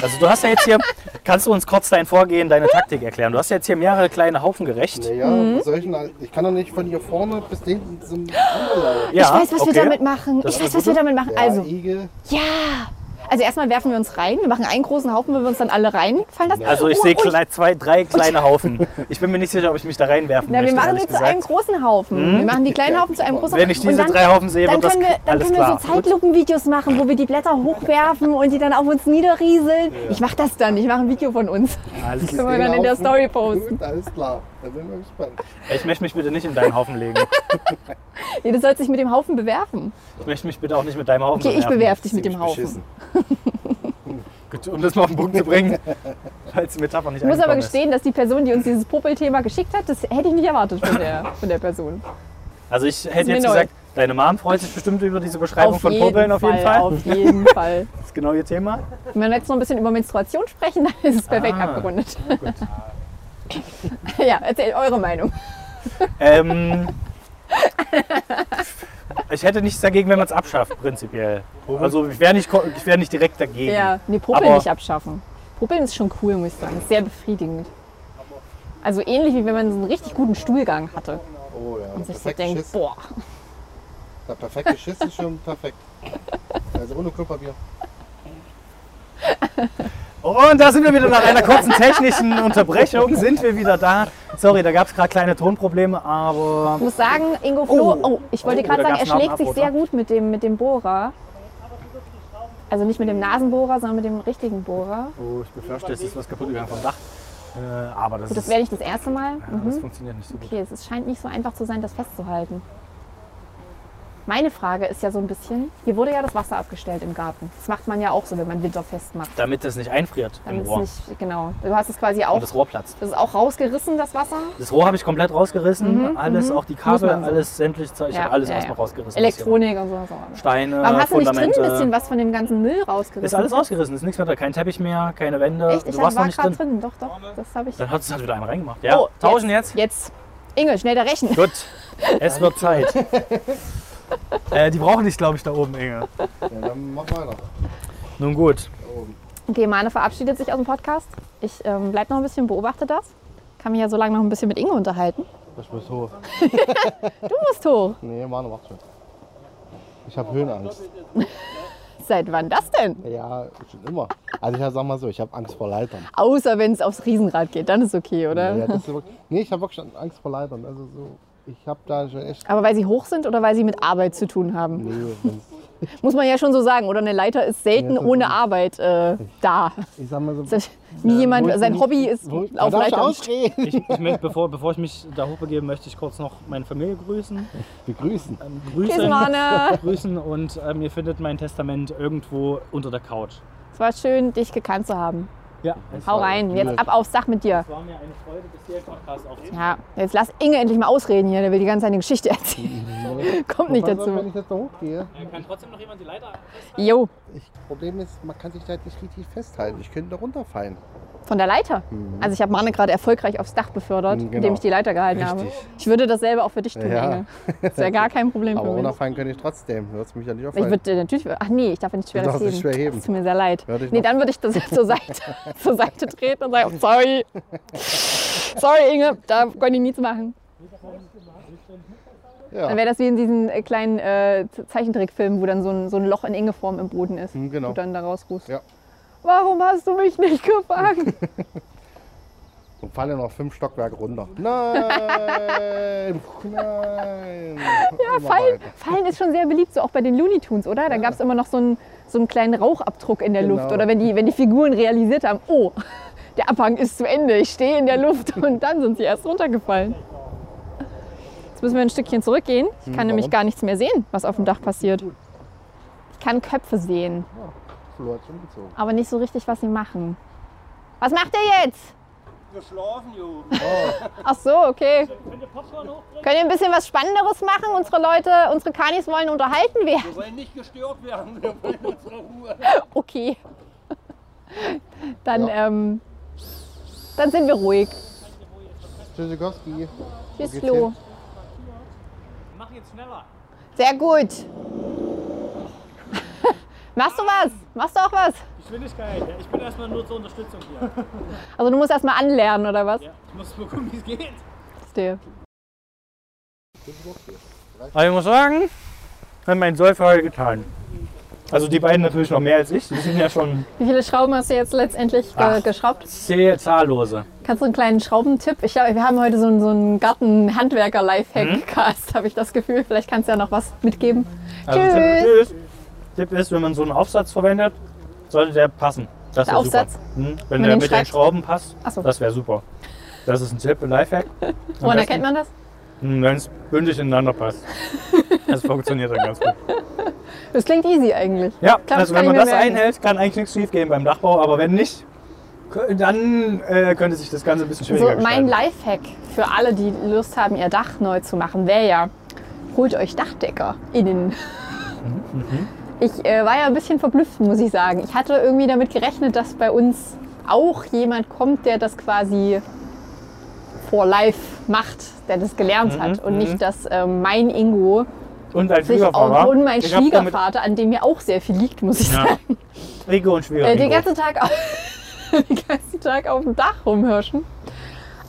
[SPEAKER 2] Also du hast ja jetzt hier, kannst du uns kurz dein Vorgehen, deine Taktik erklären? Du hast ja jetzt hier mehrere kleine Haufen gerecht.
[SPEAKER 6] Naja, was soll ich denn? all- Ich kann doch nicht von hier vorne bis hinten zum anderen laufen.
[SPEAKER 2] Ja,
[SPEAKER 4] ich weiß, was wir damit machen.
[SPEAKER 2] Das
[SPEAKER 4] ich
[SPEAKER 2] ist
[SPEAKER 4] weiß,
[SPEAKER 2] eine
[SPEAKER 4] was
[SPEAKER 2] gute.
[SPEAKER 4] wir damit machen.
[SPEAKER 6] Ja,
[SPEAKER 4] Also,
[SPEAKER 6] Igel.
[SPEAKER 4] ja. Also erstmal werfen wir uns rein. Wir machen einen großen Haufen, wenn wir uns dann alle reinfallen lassen.
[SPEAKER 2] Also ich
[SPEAKER 4] Oh,
[SPEAKER 2] sehe
[SPEAKER 4] oh,
[SPEAKER 2] klei- zwei, drei kleine Haufen. Ich bin mir nicht sicher, ob ich mich da reinwerfen
[SPEAKER 4] Na, wir
[SPEAKER 2] möchte,
[SPEAKER 4] machen
[SPEAKER 2] ehrlich
[SPEAKER 4] die zu einem
[SPEAKER 2] gesagt. Hm?
[SPEAKER 4] großen Haufen. Wir machen die kleinen Haufen zu einem großen
[SPEAKER 2] Wenn ich
[SPEAKER 4] Haufen.
[SPEAKER 2] diese
[SPEAKER 4] Und
[SPEAKER 2] drei Haufen sehe,
[SPEAKER 4] dann
[SPEAKER 2] wird das
[SPEAKER 4] können wir, dann
[SPEAKER 2] alles
[SPEAKER 4] können wir so
[SPEAKER 2] klar.
[SPEAKER 4] Zeitlupenvideos machen, wo wir die Blätter hochwerfen und die dann auf uns niederrieseln. Ich mache das dann. Ich mache ein Video von uns.
[SPEAKER 2] alles
[SPEAKER 4] Können wir dann in der
[SPEAKER 6] Laufen.
[SPEAKER 4] Story posten.
[SPEAKER 6] Gut, alles klar. Da bin ich gespannt.
[SPEAKER 2] Ich möchte mich bitte nicht in deinen Haufen legen.
[SPEAKER 4] Ja, du sollst dich mit dem Haufen bewerfen.
[SPEAKER 2] Ich möchte mich bitte auch nicht mit deinem Haufen
[SPEAKER 4] Okay, ich
[SPEAKER 2] bewerfen.
[SPEAKER 4] bewerfe dich mit dem
[SPEAKER 6] Ziemlich
[SPEAKER 4] Haufen.
[SPEAKER 6] beschissen.
[SPEAKER 2] Gut, um das mal auf den Punkt zu bringen, falls die Metapher nicht
[SPEAKER 4] Ich muss aber
[SPEAKER 2] angekommen ist.
[SPEAKER 4] gestehen, dass die Person, die uns dieses Popelthema geschickt hat, das hätte ich nicht erwartet von der, von der Person.
[SPEAKER 2] Also ich hätte
[SPEAKER 4] mir
[SPEAKER 2] jetzt
[SPEAKER 4] neu.
[SPEAKER 2] gesagt, deine Mom freut sich bestimmt über diese Beschreibung von Popeln auf jeden Fall.
[SPEAKER 4] Auf jeden Fall.
[SPEAKER 2] Das ist genau ihr Thema.
[SPEAKER 4] Wenn wir jetzt noch ein bisschen über Menstruation sprechen, dann ist es perfekt
[SPEAKER 2] Ah,
[SPEAKER 4] abgerundet. ja, erzählt eure Meinung.
[SPEAKER 2] Ähm, ich hätte nichts dagegen, wenn man es abschafft, prinzipiell. Also ich wäre nicht, ko- ich wäre nicht direkt dagegen.
[SPEAKER 4] Ja, nee, Popeln
[SPEAKER 2] Aber-
[SPEAKER 4] nicht abschaffen. Popeln ist schon cool, muss ich sagen. Ist sehr befriedigend. Also ähnlich wie wenn man so einen richtig guten Stuhlgang hatte
[SPEAKER 6] Oh ja,
[SPEAKER 4] und
[SPEAKER 6] der
[SPEAKER 4] sich so
[SPEAKER 6] perfekte
[SPEAKER 4] denkt,
[SPEAKER 6] Schiss.
[SPEAKER 4] boah,
[SPEAKER 6] Der perfekte Schiss ist schon perfekt. Also ohne Klopapier.
[SPEAKER 2] Und da sind wir wieder nach einer kurzen technischen Unterbrechung. Sind wir wieder da? Sorry, da gab es gerade kleine Tonprobleme, aber
[SPEAKER 4] Ich muss sagen, Ingo Flo,
[SPEAKER 2] Oh.
[SPEAKER 4] oh, ich wollte
[SPEAKER 2] Oh,
[SPEAKER 4] gerade
[SPEAKER 2] da
[SPEAKER 4] sagen, er
[SPEAKER 2] gab's einen
[SPEAKER 4] schlägt sich
[SPEAKER 2] Abrotter.
[SPEAKER 4] sehr gut mit dem, mit dem Bohrer. Also nicht mit dem Nasenbohrer, sondern mit dem richtigen Bohrer.
[SPEAKER 2] oh, ich befürchte, es ist was kaputt gegangen vom Dach. Äh, aber das,
[SPEAKER 4] Gut, das
[SPEAKER 2] ist,
[SPEAKER 4] wäre nicht das erste Mal.
[SPEAKER 2] ja, das
[SPEAKER 4] Mhm.
[SPEAKER 2] funktioniert nicht so gut.
[SPEAKER 4] Okay, es ist- scheint nicht so einfach zu sein, das festzuhalten. Meine Frage ist ja so ein bisschen, hier wurde ja das Wasser abgestellt im Garten. Das macht man ja auch so, wenn man winterfest macht.
[SPEAKER 2] Damit das nicht einfriert
[SPEAKER 4] Damit
[SPEAKER 2] im
[SPEAKER 4] es
[SPEAKER 2] Rohr
[SPEAKER 4] nicht, genau. Du hast es quasi auch,
[SPEAKER 2] und das Rohr platzt.
[SPEAKER 4] das ist auch rausgerissen, das Wasser.
[SPEAKER 2] Das Rohr habe ich komplett rausgerissen, alles, auch die Kabel,
[SPEAKER 4] Mhm, man so.
[SPEAKER 2] alles sämtlich Zeug. Ich habe alles
[SPEAKER 4] ja,
[SPEAKER 2] erstmal
[SPEAKER 4] ja.
[SPEAKER 2] rausgerissen.
[SPEAKER 4] Elektronik und so. was auch immer.
[SPEAKER 2] Steine,
[SPEAKER 4] Warum hast du nicht drin
[SPEAKER 2] Fundamente.
[SPEAKER 4] ein bisschen was von dem ganzen Müll rausgerissen?
[SPEAKER 2] Ist alles rausgerissen, ist nichts mehr da. Kein Teppich mehr, keine Wände.
[SPEAKER 4] Echt? Ich
[SPEAKER 2] du
[SPEAKER 4] war
[SPEAKER 2] warst noch nicht
[SPEAKER 4] gerade
[SPEAKER 2] drin.
[SPEAKER 4] drin. Doch, doch. Das habe ich.
[SPEAKER 2] Dann hat es halt wieder einer reingemacht. Ja,
[SPEAKER 4] Oh,
[SPEAKER 2] tauschen jetzt.
[SPEAKER 4] Jetzt. Inge, schnell da rechnen.
[SPEAKER 2] Gut, es wird Zeit. äh, die brauchen dich, glaube ich, da oben, Inge.
[SPEAKER 6] Ja, dann mach weiter.
[SPEAKER 2] Nun gut.
[SPEAKER 4] Okay, Mane verabschiedet sich aus dem Podcast. Ich ähm, bleib noch ein bisschen, beobachte das. Kann mich ja so lange noch ein bisschen mit Inge unterhalten.
[SPEAKER 6] Ich muss hoch.
[SPEAKER 4] Du musst hoch.
[SPEAKER 6] Nee, Manu, macht schon. Ich habe Höhenangst.
[SPEAKER 4] Seit wann das denn?
[SPEAKER 6] Ja, schon immer. Also ich sag mal so, ich habe Angst vor Leitern.
[SPEAKER 4] Außer wenn es aufs Riesenrad geht, dann ist okay, oder?
[SPEAKER 6] Ja, das ist wirklich, nee, ich habe wirklich Angst vor Leitern. Also so, ich habe da schon echt.
[SPEAKER 4] Aber weil sie hoch sind oder weil sie mit Arbeit zu tun haben?
[SPEAKER 6] Nee, wenn's-
[SPEAKER 4] Muss man ja schon so sagen, oder? Eine Leiter ist selten
[SPEAKER 6] Ja, das
[SPEAKER 4] ohne
[SPEAKER 6] ist-
[SPEAKER 4] Arbeit äh, da.
[SPEAKER 6] ich sag mal so.
[SPEAKER 4] Das- Nie jemand, sein Hobby ist
[SPEAKER 6] Wo-
[SPEAKER 4] auf
[SPEAKER 6] darf ich
[SPEAKER 4] Leitern.
[SPEAKER 6] ausreden?
[SPEAKER 2] Ich, ich möchte, bevor, bevor ich mich da hochbegebe, möchte ich kurz noch meine Familie grüßen.
[SPEAKER 6] Begrüßen.
[SPEAKER 2] Ähm,
[SPEAKER 4] Tschüss,
[SPEAKER 2] grüßen.
[SPEAKER 4] Mane.
[SPEAKER 2] grüßen und ähm, ihr findet mein Testament irgendwo unter der Couch.
[SPEAKER 4] Es war schön, dich gekannt zu haben.
[SPEAKER 2] Ja,
[SPEAKER 4] Hau rein, jetzt ab aufs Dach mit dir.
[SPEAKER 2] war mir eine Freude, bis hier Podcast aufzunehmen.
[SPEAKER 4] Ja, jetzt lass Inge endlich mal ausreden hier, der will die ganze Zeit eine Geschichte erzählen. Kommt nicht
[SPEAKER 6] Was ist, Wenn
[SPEAKER 4] dazu.
[SPEAKER 6] ich jetzt da hochgehe.
[SPEAKER 2] Kann trotzdem noch jemand die Leiter
[SPEAKER 4] Jo,
[SPEAKER 6] Ich, Problem ist, man kann sich da halt nicht richtig festhalten. Ich könnte da runterfallen.
[SPEAKER 4] von der Leiter. Also ich habe Marne gerade erfolgreich aufs Dach befördert,
[SPEAKER 6] Mhm, Hm. genau.
[SPEAKER 4] indem ich die Leiter gehalten habe.
[SPEAKER 6] Richtig.
[SPEAKER 4] Ich würde dasselbe auch für dich tun,
[SPEAKER 6] Ja.
[SPEAKER 4] Inge. Das wäre gar kein Problem
[SPEAKER 6] Aber
[SPEAKER 4] für mich.
[SPEAKER 6] runterfallen könnte ich trotzdem. Du hast mich ja nicht
[SPEAKER 4] Ich
[SPEAKER 6] auffallen.
[SPEAKER 4] würde dir natürlich. Ach nee, ich darf ja nicht schwer
[SPEAKER 6] Du
[SPEAKER 4] das
[SPEAKER 6] darfst nicht schwer heben.
[SPEAKER 4] Das tut mir sehr leid.
[SPEAKER 6] Hör dich
[SPEAKER 4] Nee,
[SPEAKER 6] noch.
[SPEAKER 4] dann würde ich das zur Seite, zur Seite treten und sagen, oh, sorry. Sorry, Inge, da konnte ich nichts machen. Dann
[SPEAKER 6] ja.
[SPEAKER 4] wäre das wie in diesen äh, kleinen äh, Zeichentrickfilmen, wo dann so ein, so ein Loch in Ingeform im Boden ist.
[SPEAKER 6] Hm, genau.
[SPEAKER 4] Du dann da rausrufst.
[SPEAKER 6] Ja.
[SPEAKER 4] Warum hast du mich nicht gefangen?
[SPEAKER 6] Und fallen noch fünf Stockwerke runter. Nein! Nein! Ja,
[SPEAKER 4] Fallen, Fallen ist schon sehr beliebt, so auch bei den Looney Tunes, oder? Da gab es immer noch so einen, so einen kleinen Rauchabdruck in der
[SPEAKER 6] Genau.
[SPEAKER 4] Luft. Oder wenn die, wenn die Figuren realisiert haben, oh, der Abhang ist zu Ende, ich stehe in der Luft und dann sind sie erst runtergefallen. Jetzt müssen wir ein Stückchen zurückgehen. Ich kann nämlich
[SPEAKER 6] Hm, warum?
[SPEAKER 4] gar nichts mehr sehen, was auf dem Dach passiert. Ich kann Köpfe sehen,
[SPEAKER 6] Flo hat schon gezogen.
[SPEAKER 4] aber nicht so richtig, was sie machen. Was macht ihr jetzt?
[SPEAKER 10] Wir schlafen, Jo.
[SPEAKER 4] Ach so, okay. Könnt ihr ein bisschen was Spannenderes machen? Unsere Leute, unsere Kanis wollen unterhalten werden.
[SPEAKER 10] Wir wollen nicht gestört werden. Wir wollen unsere Ruhe.
[SPEAKER 4] Okay. Dann, ähm, dann sind wir ruhig.
[SPEAKER 6] Tschüssikowski.
[SPEAKER 4] Tschüss,
[SPEAKER 6] geht's
[SPEAKER 4] Flo.
[SPEAKER 6] hin?
[SPEAKER 4] Sehr gut. Machst du was? Machst du auch was?
[SPEAKER 10] Geschwindigkeit. Ich bin erstmal nur zur Unterstützung hier.
[SPEAKER 4] Also du musst erstmal anlernen, oder was?
[SPEAKER 10] Ich muss gucken, wie es geht.
[SPEAKER 4] Verstehe.
[SPEAKER 2] Aber ich muss sagen, hat mein Soll für heute getan. Also die beiden natürlich noch mehr als ich. Die sind ja schon
[SPEAKER 4] Wie viele Schrauben hast du jetzt letztendlich ge
[SPEAKER 2] Ach.
[SPEAKER 4] geschraubt?
[SPEAKER 2] sehr zahllose.
[SPEAKER 4] Kannst du einen kleinen Schraubentipp? Ich glaube, wir haben heute so einen, so einen Garten-Handwerker-Lifehack-Cast, habe ich das Gefühl. Vielleicht kannst du ja noch was mitgeben.
[SPEAKER 2] Also
[SPEAKER 4] Tschüss.
[SPEAKER 2] Tipp, tschüss. Tipp ist, wenn man so einen Aufsatz verwendet, sollte der passen. Das
[SPEAKER 4] Der
[SPEAKER 2] wär
[SPEAKER 4] Aufsatz?
[SPEAKER 2] Super. Hm? Wenn der
[SPEAKER 4] man den
[SPEAKER 2] mit den
[SPEAKER 4] schreibt?
[SPEAKER 2] Schrauben passt,
[SPEAKER 4] Ach so.
[SPEAKER 2] das wäre super. Das ist ein Tipp, ein Lifehack.
[SPEAKER 4] Woran erkennt man das?
[SPEAKER 2] Wenn es bündig ineinander passt. Das funktioniert dann ganz gut.
[SPEAKER 4] Das klingt easy eigentlich.
[SPEAKER 2] Ja,
[SPEAKER 4] Glaub,
[SPEAKER 2] also
[SPEAKER 4] das kann
[SPEAKER 2] wenn
[SPEAKER 4] ich
[SPEAKER 2] man
[SPEAKER 4] mir
[SPEAKER 2] das
[SPEAKER 4] merken.
[SPEAKER 2] einhält, kann eigentlich nichts schief gehen beim Dachbau, aber wenn nicht, kö- dann äh, könnte sich das Ganze ein bisschen schwieriger
[SPEAKER 4] So, Also mein
[SPEAKER 2] gestalten.
[SPEAKER 4] Lifehack für alle, die Lust haben, ihr Dach neu zu machen, wäre ja, holt euch Dachdecker innen.
[SPEAKER 2] Mhm,
[SPEAKER 4] Ich äh, war ja ein bisschen verblüfft, muss ich sagen. Ich hatte irgendwie damit gerechnet, dass bei uns auch jemand kommt, der das quasi for life macht, der das gelernt
[SPEAKER 2] Mhm,
[SPEAKER 4] hat und nicht, dass ähm, mein Ingo
[SPEAKER 2] Und dein
[SPEAKER 4] sich auch
[SPEAKER 2] Schwiegervater.
[SPEAKER 4] und mein
[SPEAKER 2] Ich hab damit-
[SPEAKER 4] Schwiegervater, an dem mir auch sehr viel liegt, muss ich
[SPEAKER 2] Ja.
[SPEAKER 4] sagen,
[SPEAKER 2] Rico und
[SPEAKER 4] äh, den,
[SPEAKER 2] Schwiegervater.
[SPEAKER 4] ganzen Tag auf, den ganzen Tag auf dem Dach rumhirschen.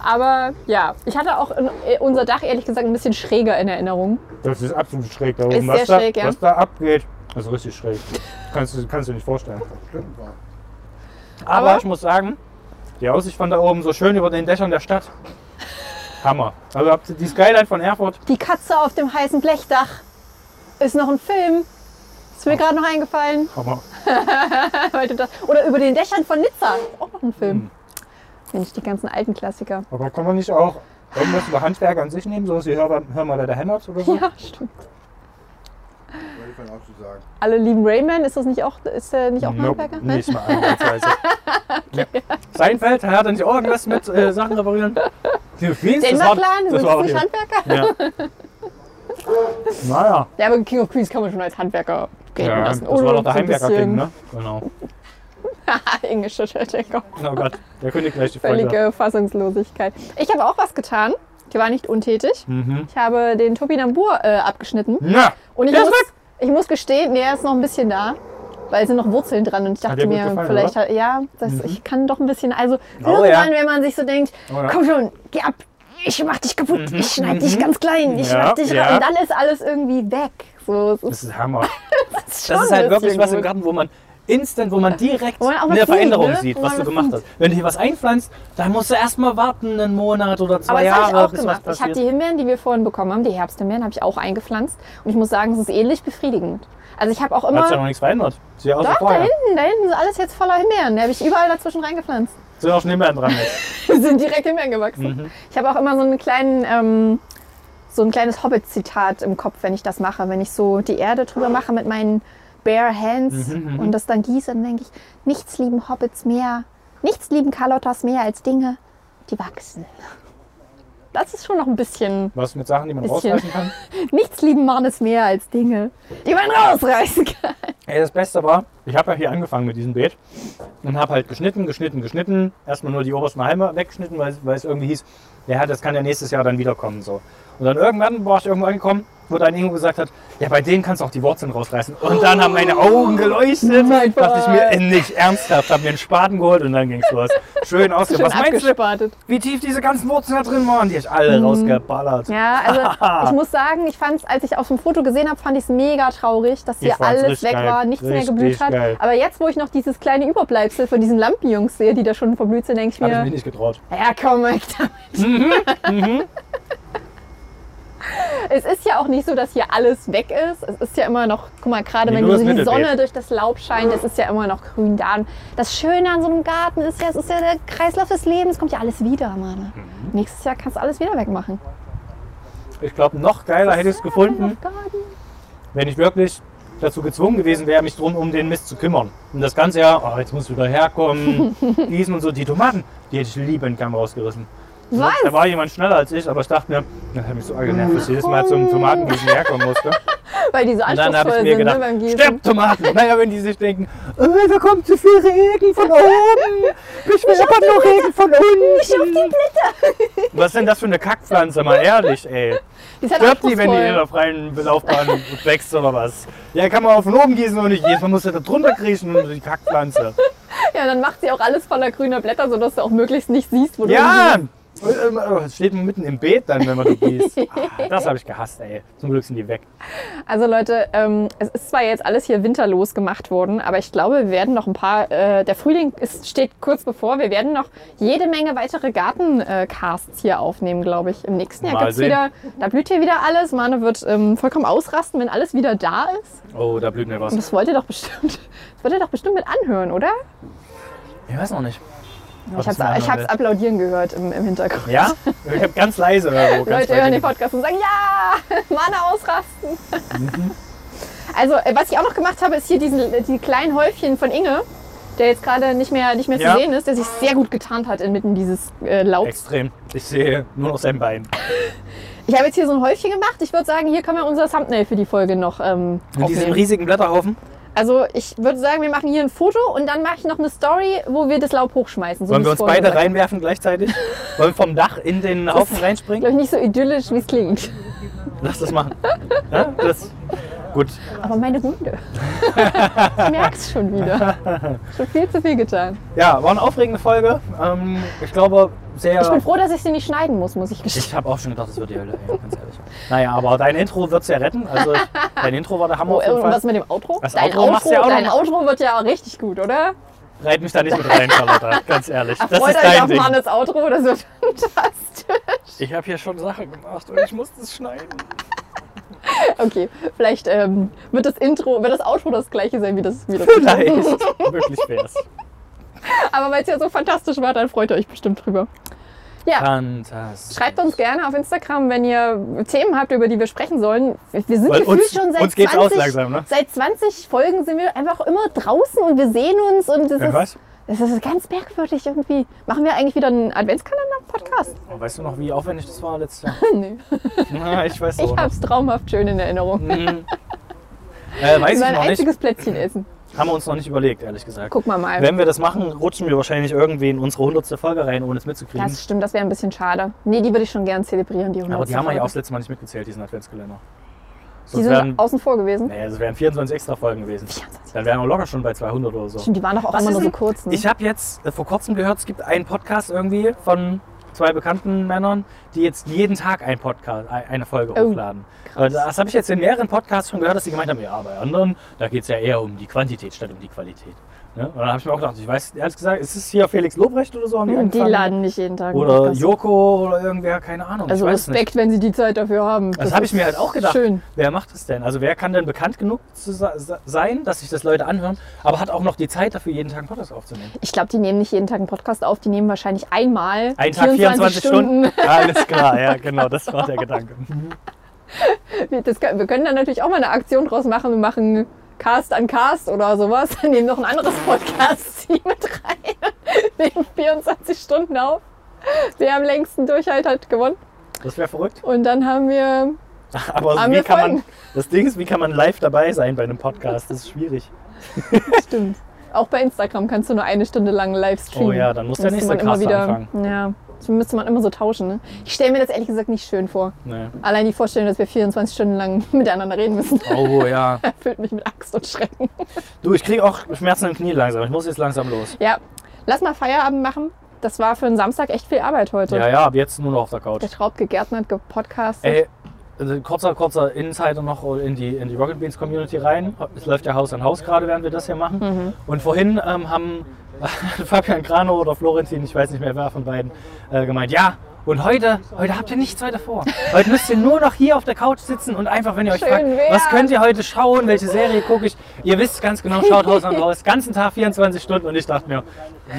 [SPEAKER 4] Aber ja, ich hatte auch in, äh, unser Dach ehrlich gesagt ein bisschen schräger in Erinnerung.
[SPEAKER 2] Das ist absolut schräg da oben.
[SPEAKER 4] Ist
[SPEAKER 2] was,
[SPEAKER 4] sehr
[SPEAKER 2] da,
[SPEAKER 4] schräg, ja.
[SPEAKER 2] was da abgeht, das ist richtig schräg. Kannst du, kannst du dir nicht vorstellen. Aber,
[SPEAKER 4] Aber-
[SPEAKER 2] ich muss sagen, die Aussicht von da oben so schön über den Dächern der Stadt. Hammer. Also habt ihr die Skyline von Erfurt.
[SPEAKER 4] Die Katze auf dem heißen Blechdach ist noch ein Film. Ist mir gerade noch eingefallen.
[SPEAKER 2] Hammer.
[SPEAKER 4] Weil du das- Oder über den Dächern von Nizza. Ist auch noch ein
[SPEAKER 2] Hm.
[SPEAKER 4] Film. Mensch, die ganzen alten Klassiker.
[SPEAKER 2] Aber kann man nicht auch irgendwas über Handwerk an sich nehmen, sowas wie Hör, hör mal, wer da hämmert oder so?
[SPEAKER 4] Ja, stimmt.
[SPEAKER 6] Wollte ich vorhin auch schon sagen.
[SPEAKER 4] Alle lieben Rayman. Ist das nicht auch, ist der nicht auch Handwerker?
[SPEAKER 2] Nope, Hm. nicht mal ansatzweise. ja. Seinfeld, hat er nicht irgendwas mit äh, Sachen reparieren? Du spielst
[SPEAKER 4] Den
[SPEAKER 2] das war,
[SPEAKER 4] Clan,
[SPEAKER 2] das
[SPEAKER 4] willst
[SPEAKER 2] war
[SPEAKER 4] du
[SPEAKER 2] auch
[SPEAKER 4] nicht
[SPEAKER 2] hier.
[SPEAKER 4] Handwerker?
[SPEAKER 2] Ja. Naja,
[SPEAKER 4] Ja, aber King of Queens kann man schon als Handwerker gelten
[SPEAKER 2] ja, das
[SPEAKER 4] lassen.
[SPEAKER 2] war doch der
[SPEAKER 4] so ein
[SPEAKER 2] Heimwerker-Ding,
[SPEAKER 4] bisschen-
[SPEAKER 2] ne? Genau.
[SPEAKER 4] Inge schüttelt den Kopf.
[SPEAKER 2] Oh Gott, der könnte gleich die Folge.
[SPEAKER 4] Völlige Fassungslosigkeit. Ich habe auch was getan. Ich war nicht untätig.
[SPEAKER 2] Mhm.
[SPEAKER 4] Ich habe den Topinambur äh, abgeschnitten.
[SPEAKER 2] Na,
[SPEAKER 4] Und ich
[SPEAKER 2] Der ist
[SPEAKER 4] muss, ich muss gestehen, der ist noch ein bisschen da. Weil es sind noch Wurzeln dran und ich
[SPEAKER 2] Hat dir
[SPEAKER 4] dachte
[SPEAKER 2] gut
[SPEAKER 4] mir,
[SPEAKER 2] gefallen, Mhm.
[SPEAKER 4] vielleicht, hat, ja, das, ich kann doch ein bisschen, also
[SPEAKER 2] Oh, ja.
[SPEAKER 4] irgendwann, wenn man sich so denkt,
[SPEAKER 2] Oh, ja. Mhm.
[SPEAKER 4] komm schon, geh ab, ich mach dich kaputt, ich schneide dich ganz klein, ich
[SPEAKER 2] Ja,
[SPEAKER 4] schneid dich
[SPEAKER 2] ja.
[SPEAKER 4] ra- und dann ist alles irgendwie weg. So, es
[SPEAKER 2] das ist Hammer.
[SPEAKER 4] ist schon
[SPEAKER 2] Das ist
[SPEAKER 4] ein
[SPEAKER 2] halt wirklich
[SPEAKER 4] bisschen
[SPEAKER 2] was im
[SPEAKER 4] gut.
[SPEAKER 2] Garten, wo man instant, wo man direkt
[SPEAKER 4] Wo man auch was
[SPEAKER 2] eine
[SPEAKER 4] sieht,
[SPEAKER 2] Veränderung
[SPEAKER 4] ne?
[SPEAKER 2] sieht,
[SPEAKER 4] Wo
[SPEAKER 2] was
[SPEAKER 4] man
[SPEAKER 2] du
[SPEAKER 4] was
[SPEAKER 2] gemacht
[SPEAKER 4] sieht.
[SPEAKER 2] hast. Wenn du hier was einpflanzt, dann musst du erst mal warten, einen Monat oder zwei
[SPEAKER 4] Aber das habe ich
[SPEAKER 2] Jahre,
[SPEAKER 4] auch
[SPEAKER 2] bis
[SPEAKER 4] gemacht.
[SPEAKER 2] was
[SPEAKER 4] Ich habe
[SPEAKER 2] passiert.
[SPEAKER 4] die Himbeeren, die wir vorhin bekommen haben, die Herbsthimbeeren, habe ich auch eingepflanzt. Und ich muss sagen, es ist ähnlich befriedigend. Also ich habe auch
[SPEAKER 2] Hat
[SPEAKER 4] immer...
[SPEAKER 2] sich ja noch nichts verändert. Sieht ja aus wie
[SPEAKER 4] Doch, da
[SPEAKER 2] vorher.
[SPEAKER 4] hinten, da hinten ist alles jetzt voller Himbeeren. Da habe ich überall dazwischen reingepflanzt.
[SPEAKER 2] Sind auch schon Himbeeren dran jetzt.
[SPEAKER 4] Die sind direkt Himbeeren gewachsen.
[SPEAKER 2] Mhm.
[SPEAKER 4] Ich habe auch immer so, einen kleinen, ähm, so ein kleines Hobbit-Zitat im Kopf, wenn ich das mache. Wenn ich so die Erde drüber mache mit meinen bare hands
[SPEAKER 2] Mhm,
[SPEAKER 4] und das dann gieße, dann denke ich, nichts lieben Hobbits mehr, nichts lieben Carlottas mehr als Dinge, die wachsen. Das ist schon noch ein bisschen...
[SPEAKER 2] Was mit Sachen, die man
[SPEAKER 4] Bisschen.
[SPEAKER 2] rausreißen kann?
[SPEAKER 4] Nichts lieben machen es mehr als Dinge, die man rausreißen kann.
[SPEAKER 2] Ey, das Beste war, ich habe ja hier angefangen mit diesem Beet und habe halt geschnitten, geschnitten, geschnitten. Erstmal nur die obersten Halme weggeschnitten, weil, weil es irgendwie hieß, ja, das kann ja nächstes Jahr dann wiederkommen. So. Und dann irgendwann war ich irgendwo angekommen, wo dann Ingo gesagt hat, ja, bei denen kannst du auch die Wurzeln rausreißen. Und dann haben meine Augen geleuchtet.
[SPEAKER 4] Mein
[SPEAKER 2] dachte ich mir,
[SPEAKER 4] Gott.
[SPEAKER 2] äh, nicht ernsthaft, habe mir einen Spaten geholt und dann ging's los. Schön ausgemacht. Was meinst du,
[SPEAKER 4] abgespartet.
[SPEAKER 2] wie tief diese ganzen Wurzeln da drin waren? Die hab ich alle rausgeballert.
[SPEAKER 4] Mhm. Ja, also ich muss sagen, ich fand es, als ich auf dem Foto gesehen habe, fand ich es mega traurig, dass hier
[SPEAKER 2] Ich fand's
[SPEAKER 4] alles
[SPEAKER 2] richtig
[SPEAKER 4] weg
[SPEAKER 2] geil.
[SPEAKER 4] war, nichts mehr
[SPEAKER 2] Richtig
[SPEAKER 4] geblüht hat.
[SPEAKER 2] geil.
[SPEAKER 4] Aber jetzt, wo ich noch dieses kleine Überbleibsel von diesen Lampenjungs sehe, die da schon verblüht sind, denke ich
[SPEAKER 2] Habe ich
[SPEAKER 4] mir,
[SPEAKER 2] mich nicht getraut.
[SPEAKER 4] ja komm, weg damit.
[SPEAKER 2] Mhm,
[SPEAKER 4] Es ist ja auch nicht so, dass hier alles weg ist. Es ist ja immer noch, guck mal, gerade
[SPEAKER 2] Nee,
[SPEAKER 4] wenn
[SPEAKER 2] nur
[SPEAKER 4] die
[SPEAKER 2] das
[SPEAKER 4] die
[SPEAKER 2] Mittelbeet.
[SPEAKER 4] Sonne durch das Laub scheint, es ist ja immer noch grün da. Und das Schöne an so einem Garten ist ja, es ist ja der
[SPEAKER 2] Mhm.
[SPEAKER 4] Kreislauf des Lebens, kommt ja alles wieder, Mann. Nächstes Jahr kannst du alles wieder wegmachen.
[SPEAKER 2] Ich glaube, noch geiler hätte ich es gefunden, wenn ich wirklich dazu gezwungen gewesen wäre, mich drum um den Mist zu kümmern. Und das Ganze ja, oh, jetzt muss wieder herkommen, gießen und so. Die Tomaten, die hätte ich liebend kaum rausgerissen.
[SPEAKER 4] Was?
[SPEAKER 2] Da war jemand schneller als ich, aber ich dachte mir, das hat mich so genervt, dass ich jedes Mal zum Tomatengießen herkommen musste.
[SPEAKER 4] Weil die so
[SPEAKER 2] Und dann habe
[SPEAKER 4] anspruchsvoll
[SPEAKER 2] ich
[SPEAKER 4] sind
[SPEAKER 2] mir
[SPEAKER 4] ne, beim
[SPEAKER 2] gedacht,
[SPEAKER 4] Gießen.
[SPEAKER 2] stirb Tomaten! Naja, wenn die sich denken, äh, da kommt zu viel Regen von oben, ich will aber nur Regen von unten. Ich auf die Blätter! Was ist denn das für eine Kackpflanze, mal ehrlich, ey.
[SPEAKER 4] Die ist halt
[SPEAKER 2] Stirbt die, wenn die in
[SPEAKER 4] anspruchsvoll.
[SPEAKER 2] ihrer freien Laufbahn wächst oder was? Ja, kann man auf den oben gießen und nicht gießen, man muss ja da drunter kriechen und die Kackpflanze.
[SPEAKER 4] Ja, dann macht sie auch alles voller grüner Blätter, sodass du auch möglichst nicht siehst, wo du
[SPEAKER 2] Ja! Ähm, äh, Steht man mitten im Beet dann, wenn man du gießt. Ah, das habe ich gehasst, ey. Zum Glück sind die weg.
[SPEAKER 4] Also Leute, ähm, es ist zwar jetzt alles hier winterlos gemacht worden, aber ich glaube, wir werden noch ein paar, äh, der Frühling ist, steht kurz bevor, wir werden noch jede Menge weitere Gartencasts hier aufnehmen, glaube ich. Im nächsten Jahr
[SPEAKER 2] Mal
[SPEAKER 4] gibt's
[SPEAKER 2] sehen.
[SPEAKER 4] wieder, da blüht hier wieder alles. Mane wird ähm, vollkommen ausrasten, wenn alles wieder da ist.
[SPEAKER 2] Oh, da blüht mir
[SPEAKER 4] Und
[SPEAKER 2] was.
[SPEAKER 4] das wollt ihr doch bestimmt, das wollt ihr doch bestimmt mit anhören, oder?
[SPEAKER 2] Ich weiß noch nicht.
[SPEAKER 4] Ich hab's, ich hab's applaudieren gehört im, im Hintergrund.
[SPEAKER 2] Ja? Ich habe ganz leise. Irgendwo, ganz
[SPEAKER 4] Leute hören den
[SPEAKER 2] leise.
[SPEAKER 4] Podcast und sagen, ja, Mana ausrasten.
[SPEAKER 2] Mhm.
[SPEAKER 4] Also, äh, was ich auch noch gemacht habe, ist hier diesen, die kleinen Häufchen von Inge, der jetzt gerade nicht mehr, nicht mehr
[SPEAKER 2] Ja.
[SPEAKER 4] zu sehen ist, der sich sehr gut getarnt hat inmitten dieses äh, Laubs.
[SPEAKER 2] Extrem. Ich sehe nur noch sein Bein.
[SPEAKER 4] Ich habe jetzt hier so ein Häufchen gemacht. Ich würde sagen, hier können wir unser Thumbnail für die Folge noch ähm,
[SPEAKER 2] Und diesen
[SPEAKER 4] aufnehmen.
[SPEAKER 2] riesigen Blätterhaufen.
[SPEAKER 4] Also, ich würde sagen, wir machen hier ein Foto und dann mache ich noch eine Story, wo wir das Laub hochschmeißen. So
[SPEAKER 2] Wollen
[SPEAKER 4] wie
[SPEAKER 2] wir
[SPEAKER 4] es
[SPEAKER 2] uns
[SPEAKER 4] vorhin
[SPEAKER 2] beide
[SPEAKER 4] gesagt habe.
[SPEAKER 2] reinwerfen gleichzeitig? Wollen wir vom Dach in den Haufen
[SPEAKER 4] Ich glaube,
[SPEAKER 2] reinspringen?
[SPEAKER 4] nicht so idyllisch, wie es klingt.
[SPEAKER 2] Lass das machen. Ja? Das. Gut.
[SPEAKER 4] Aber meine Hunde. ich merk's schon wieder. Schon viel zu viel getan.
[SPEAKER 2] Ja, war eine aufregende Folge. Ähm, ich glaube, sehr.
[SPEAKER 4] Ich bin froh, dass ich sie nicht schneiden muss, muss ich gestehen.
[SPEAKER 2] Ich habe auch schon gedacht, das wird die Hölle, ey, ganz ehrlich. Naja, aber dein Intro wird es ja retten. Also ich, dein Intro war der Hammer
[SPEAKER 4] Oh,
[SPEAKER 2] auf jeden
[SPEAKER 4] und was
[SPEAKER 2] Fall.
[SPEAKER 4] mit dem Outro?
[SPEAKER 2] Das
[SPEAKER 4] dein
[SPEAKER 2] Outro machst du ja auch noch
[SPEAKER 4] dein
[SPEAKER 2] mal.
[SPEAKER 4] Outro wird ja auch richtig gut, oder?
[SPEAKER 2] Reit mich da nicht mit rein, Charlotte, ganz ehrlich. Das
[SPEAKER 4] Freut
[SPEAKER 2] ist
[SPEAKER 4] euch
[SPEAKER 2] dein
[SPEAKER 4] auf
[SPEAKER 2] Ding.
[SPEAKER 4] Mannes Outro, das wird fantastisch.
[SPEAKER 5] Ich habe hier schon Sache gemacht und ich musste es schneiden.
[SPEAKER 4] Okay, vielleicht ähm, wird das Intro, wird das Outro das gleiche sein wie das, wie das
[SPEAKER 2] Vielleicht. Wirklich wär's.
[SPEAKER 4] Aber weil es ja so fantastisch war, dann freut ihr euch bestimmt drüber.
[SPEAKER 2] Fantastisch.
[SPEAKER 4] Schreibt uns gerne auf Instagram, wenn ihr Themen habt, über die wir sprechen sollen. Wir wir sind
[SPEAKER 2] Weil
[SPEAKER 4] gefühlt
[SPEAKER 2] uns-
[SPEAKER 4] schon seit
[SPEAKER 2] uns geht's
[SPEAKER 4] 20,
[SPEAKER 2] aus langsam, ne?
[SPEAKER 4] seit 20 Folgen sind wir einfach immer draußen und wir sehen uns und das
[SPEAKER 2] Ja,
[SPEAKER 4] ist,
[SPEAKER 2] was?
[SPEAKER 4] das ist ganz merkwürdig irgendwie. Machen wir eigentlich wieder einen Adventskalender-Podcast?
[SPEAKER 2] Oh, weißt du noch, wie aufwendig das war letztes Jahr?
[SPEAKER 4] Nee.
[SPEAKER 2] Na, ich weiß
[SPEAKER 4] Ich
[SPEAKER 2] auch noch.
[SPEAKER 4] hab's traumhaft schön in Erinnerung.
[SPEAKER 2] Äh, weiß ich
[SPEAKER 4] Wir ein
[SPEAKER 2] noch nicht.
[SPEAKER 4] einziges Plätzchen essen.
[SPEAKER 2] Haben wir uns noch nicht überlegt, ehrlich gesagt.
[SPEAKER 4] Guck mal mal.
[SPEAKER 2] Wenn wir das machen, rutschen wir wahrscheinlich irgendwie in unsere hundertste Folge rein, ohne es mitzukriegen.
[SPEAKER 4] das stimmt, das wäre ein bisschen schade. Nee, die würde ich schon gern zelebrieren, die 100.
[SPEAKER 2] Aber die haben wir ja auch das letzte Mal nicht mitgezählt, diesen Adventskalender.
[SPEAKER 4] Die
[SPEAKER 2] Sonst wären,
[SPEAKER 4] sind außen vor gewesen.
[SPEAKER 2] naja, das wären 24 extra Folgen gewesen.
[SPEAKER 4] 24.
[SPEAKER 2] Dann wären wir locker schon bei 200 oder so.
[SPEAKER 4] Stimmt, die waren doch auch immer nur so kurz. Ne?
[SPEAKER 2] Ich habe jetzt äh, vor kurzem gehört, es gibt einen Podcast irgendwie von zwei bekannten Männern, die jetzt jeden Tag einen Podcast, ein- eine Folge
[SPEAKER 4] Oh,
[SPEAKER 2] hochladen. Äh, Das habe ich jetzt in mehreren Podcasts schon gehört, dass die gemeint haben, ja, bei anderen, da geht es ja eher um die Quantität statt um die Qualität. Ne? Und dann habe ich mir auch gedacht, ich weiß, ehrlich gesagt, ist es hier Felix Lobrecht oder so? Haben die
[SPEAKER 4] Und Hm, die
[SPEAKER 2] angefangen?
[SPEAKER 4] laden nicht jeden Tag. einen
[SPEAKER 2] Oder
[SPEAKER 4] Podcast.
[SPEAKER 2] Joko oder irgendwer, keine Ahnung.
[SPEAKER 4] Also
[SPEAKER 2] ich weiß nicht.
[SPEAKER 4] Respekt, wenn sie die Zeit dafür haben.
[SPEAKER 2] Das habe ich
[SPEAKER 4] ist
[SPEAKER 2] mir halt auch gedacht.
[SPEAKER 4] Schön.
[SPEAKER 2] Wer macht das denn? Also wer kann denn bekannt genug zu sa- sa- sein, dass sich das Leute anhören, aber hat auch noch die Zeit dafür, jeden Tag einen Podcast aufzunehmen?
[SPEAKER 4] Ich glaube, die nehmen nicht jeden Tag einen Podcast auf, die nehmen wahrscheinlich einmal
[SPEAKER 2] Ein Tag 24 Stunden. Alles klar, ja, genau, das war der Gedanke.
[SPEAKER 4] Wir- Das, können- wir können dann natürlich auch mal eine Aktion draus machen. Wir machen Cast an Cast oder sowas. Dann nehmen noch ein anderes Podcast-Team mit rein. Nehmen 24 Stunden auf. Wer am längsten durchhält, hat gewonnen.
[SPEAKER 2] Das wäre verrückt.
[SPEAKER 4] Und dann haben wir.
[SPEAKER 2] Aber
[SPEAKER 4] Haben
[SPEAKER 2] wie
[SPEAKER 4] wir
[SPEAKER 2] kann man,
[SPEAKER 4] Folgen?
[SPEAKER 2] das Ding ist, wie kann man live dabei sein bei einem Podcast? Das ist schwierig.
[SPEAKER 4] Stimmt. Auch bei Instagram kannst du nur eine Stunde lang live streamen.
[SPEAKER 2] Oh ja, dann muss der
[SPEAKER 4] Müsste
[SPEAKER 2] nächste
[SPEAKER 4] man immer
[SPEAKER 2] Cast
[SPEAKER 4] wieder-
[SPEAKER 2] anfangen.
[SPEAKER 4] Ja, das müsste man immer so tauschen. Ne? Ich stelle mir das ehrlich gesagt nicht schön vor.
[SPEAKER 2] Nee.
[SPEAKER 4] Allein die Vorstellung, dass wir 24 Stunden lang miteinander reden müssen,
[SPEAKER 2] Oh ja.
[SPEAKER 4] erfüllt mich mit Angst und Schrecken.
[SPEAKER 2] Du, ich kriege auch Schmerzen im Knie langsam. Ich muss jetzt langsam los.
[SPEAKER 4] Ja, lass mal Feierabend machen. Das war für einen Samstag echt viel Arbeit heute.
[SPEAKER 2] Ja, ja, ab jetzt nur noch auf der Couch.
[SPEAKER 4] Der Schraub gegärtnert, gepodcastet.
[SPEAKER 2] Ey, also kurzer, kurzer Insider noch in die, in die Rocket Beans Community rein. Es läuft ja Haus an Haus gerade, während wir das hier machen.
[SPEAKER 4] Mhm.
[SPEAKER 2] Und vorhin ähm, haben Fabian Grano oder Florentin, ich weiß nicht mehr wer von beiden, äh, gemeint, ja, Und heute, heute habt ihr nichts weiter vor. Heute müsst ihr nur noch hier auf der Couch sitzen und einfach, wenn ihr euch
[SPEAKER 4] Schön
[SPEAKER 2] fragt,
[SPEAKER 4] wär's.
[SPEAKER 2] was könnt ihr heute schauen, welche Serie gucke ich, ihr wisst ganz genau, schaut Haus an Haus, ganzen Tag 24 Stunden und ich dachte mir,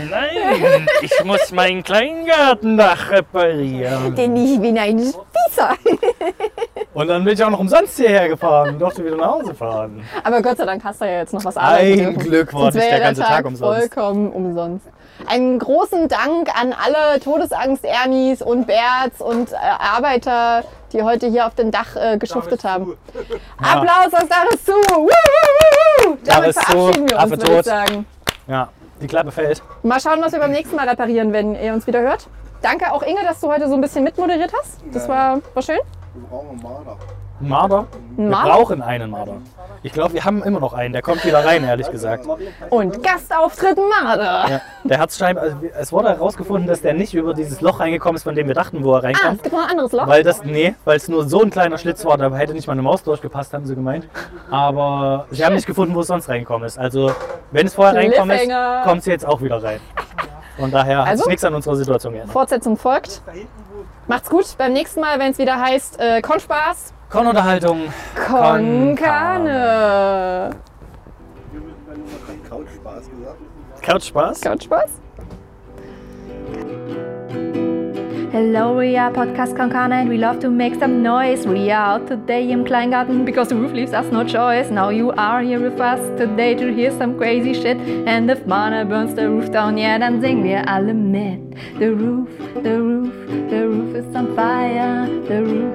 [SPEAKER 2] nein, ich muss meinen Kleingartendach reparieren.
[SPEAKER 4] Denn ich bin ein Spießer.
[SPEAKER 2] Und dann bin ich auch noch umsonst hierher gefahren und durfte wieder nach Hause fahren.
[SPEAKER 4] Aber Gott sei Dank hast du ja jetzt noch was arbeiten
[SPEAKER 2] Ein
[SPEAKER 4] dürfen.
[SPEAKER 2] Glück war
[SPEAKER 4] Sonst
[SPEAKER 2] nicht
[SPEAKER 4] wäre
[SPEAKER 2] der
[SPEAKER 4] ja
[SPEAKER 2] ganze Tag umsonst.
[SPEAKER 4] Vollkommen umsonst. Einen großen Dank an alle Todesangst-Ernis und Berts und äh, Arbeiter, die heute hier auf dem Dach äh, geschuftet haben. Applaus aus Daris zu! Woo, woo, woo, woo. Damit
[SPEAKER 2] Dares zu,
[SPEAKER 4] verabschieden wir uns,
[SPEAKER 2] Affe
[SPEAKER 4] würde ich
[SPEAKER 2] tot.
[SPEAKER 4] sagen.
[SPEAKER 2] Ja, die Klappe fällt.
[SPEAKER 4] Mal schauen, was wir beim nächsten Mal reparieren, wenn ihr uns wieder hört. Danke auch Inge, dass du heute so ein bisschen mitmoderiert hast. Das war, war schön.
[SPEAKER 6] Wir brauchen einen Marder.
[SPEAKER 2] Ein Marder? Wir
[SPEAKER 4] Marder?
[SPEAKER 2] brauchen einen Marder. Ich glaube, wir haben immer noch einen. Der kommt wieder rein, ehrlich gesagt.
[SPEAKER 4] Und Gastauftritt Marder.
[SPEAKER 2] Ja, der hat's scheinbar, also es wurde herausgefunden, dass der nicht über dieses Loch reingekommen ist, von dem wir dachten, wo er
[SPEAKER 4] Ah,
[SPEAKER 2] reinkommt.
[SPEAKER 4] es gibt noch ein anderes Loch.
[SPEAKER 2] Weil das, nee, weil es nur so ein kleiner Schlitz war, da hätte nicht mal eine Maus durchgepasst, haben sie gemeint. Aber sie haben nicht gefunden, wo es sonst reingekommen ist. Also, wenn es vorher reingekommen ist,
[SPEAKER 4] Cliffhanger.
[SPEAKER 2] kommt es jetzt auch wieder rein. Von daher hat
[SPEAKER 4] Also?
[SPEAKER 2] sich nichts an unserer Situation geändert.
[SPEAKER 4] Fortsetzung folgt. Macht's gut. Beim nächsten Mal, wenn es wieder heißt, äh, Con Spaß,
[SPEAKER 2] Konunterhaltung.
[SPEAKER 4] Con
[SPEAKER 2] Con
[SPEAKER 4] Carne.
[SPEAKER 6] Couch Spaß gesagt.
[SPEAKER 2] Couch Spaß.
[SPEAKER 4] Con Spaß?
[SPEAKER 1] Hello, we are Podcast Concana and we love to make some noise. We are out today in Kleingarten because the roof leaves us no choice. Now you are here with us today to hear some crazy shit. And if Mana burns the roof down, yeah, dann singen wir alle mit. The roof, the roof, the roof is on fire. The roof,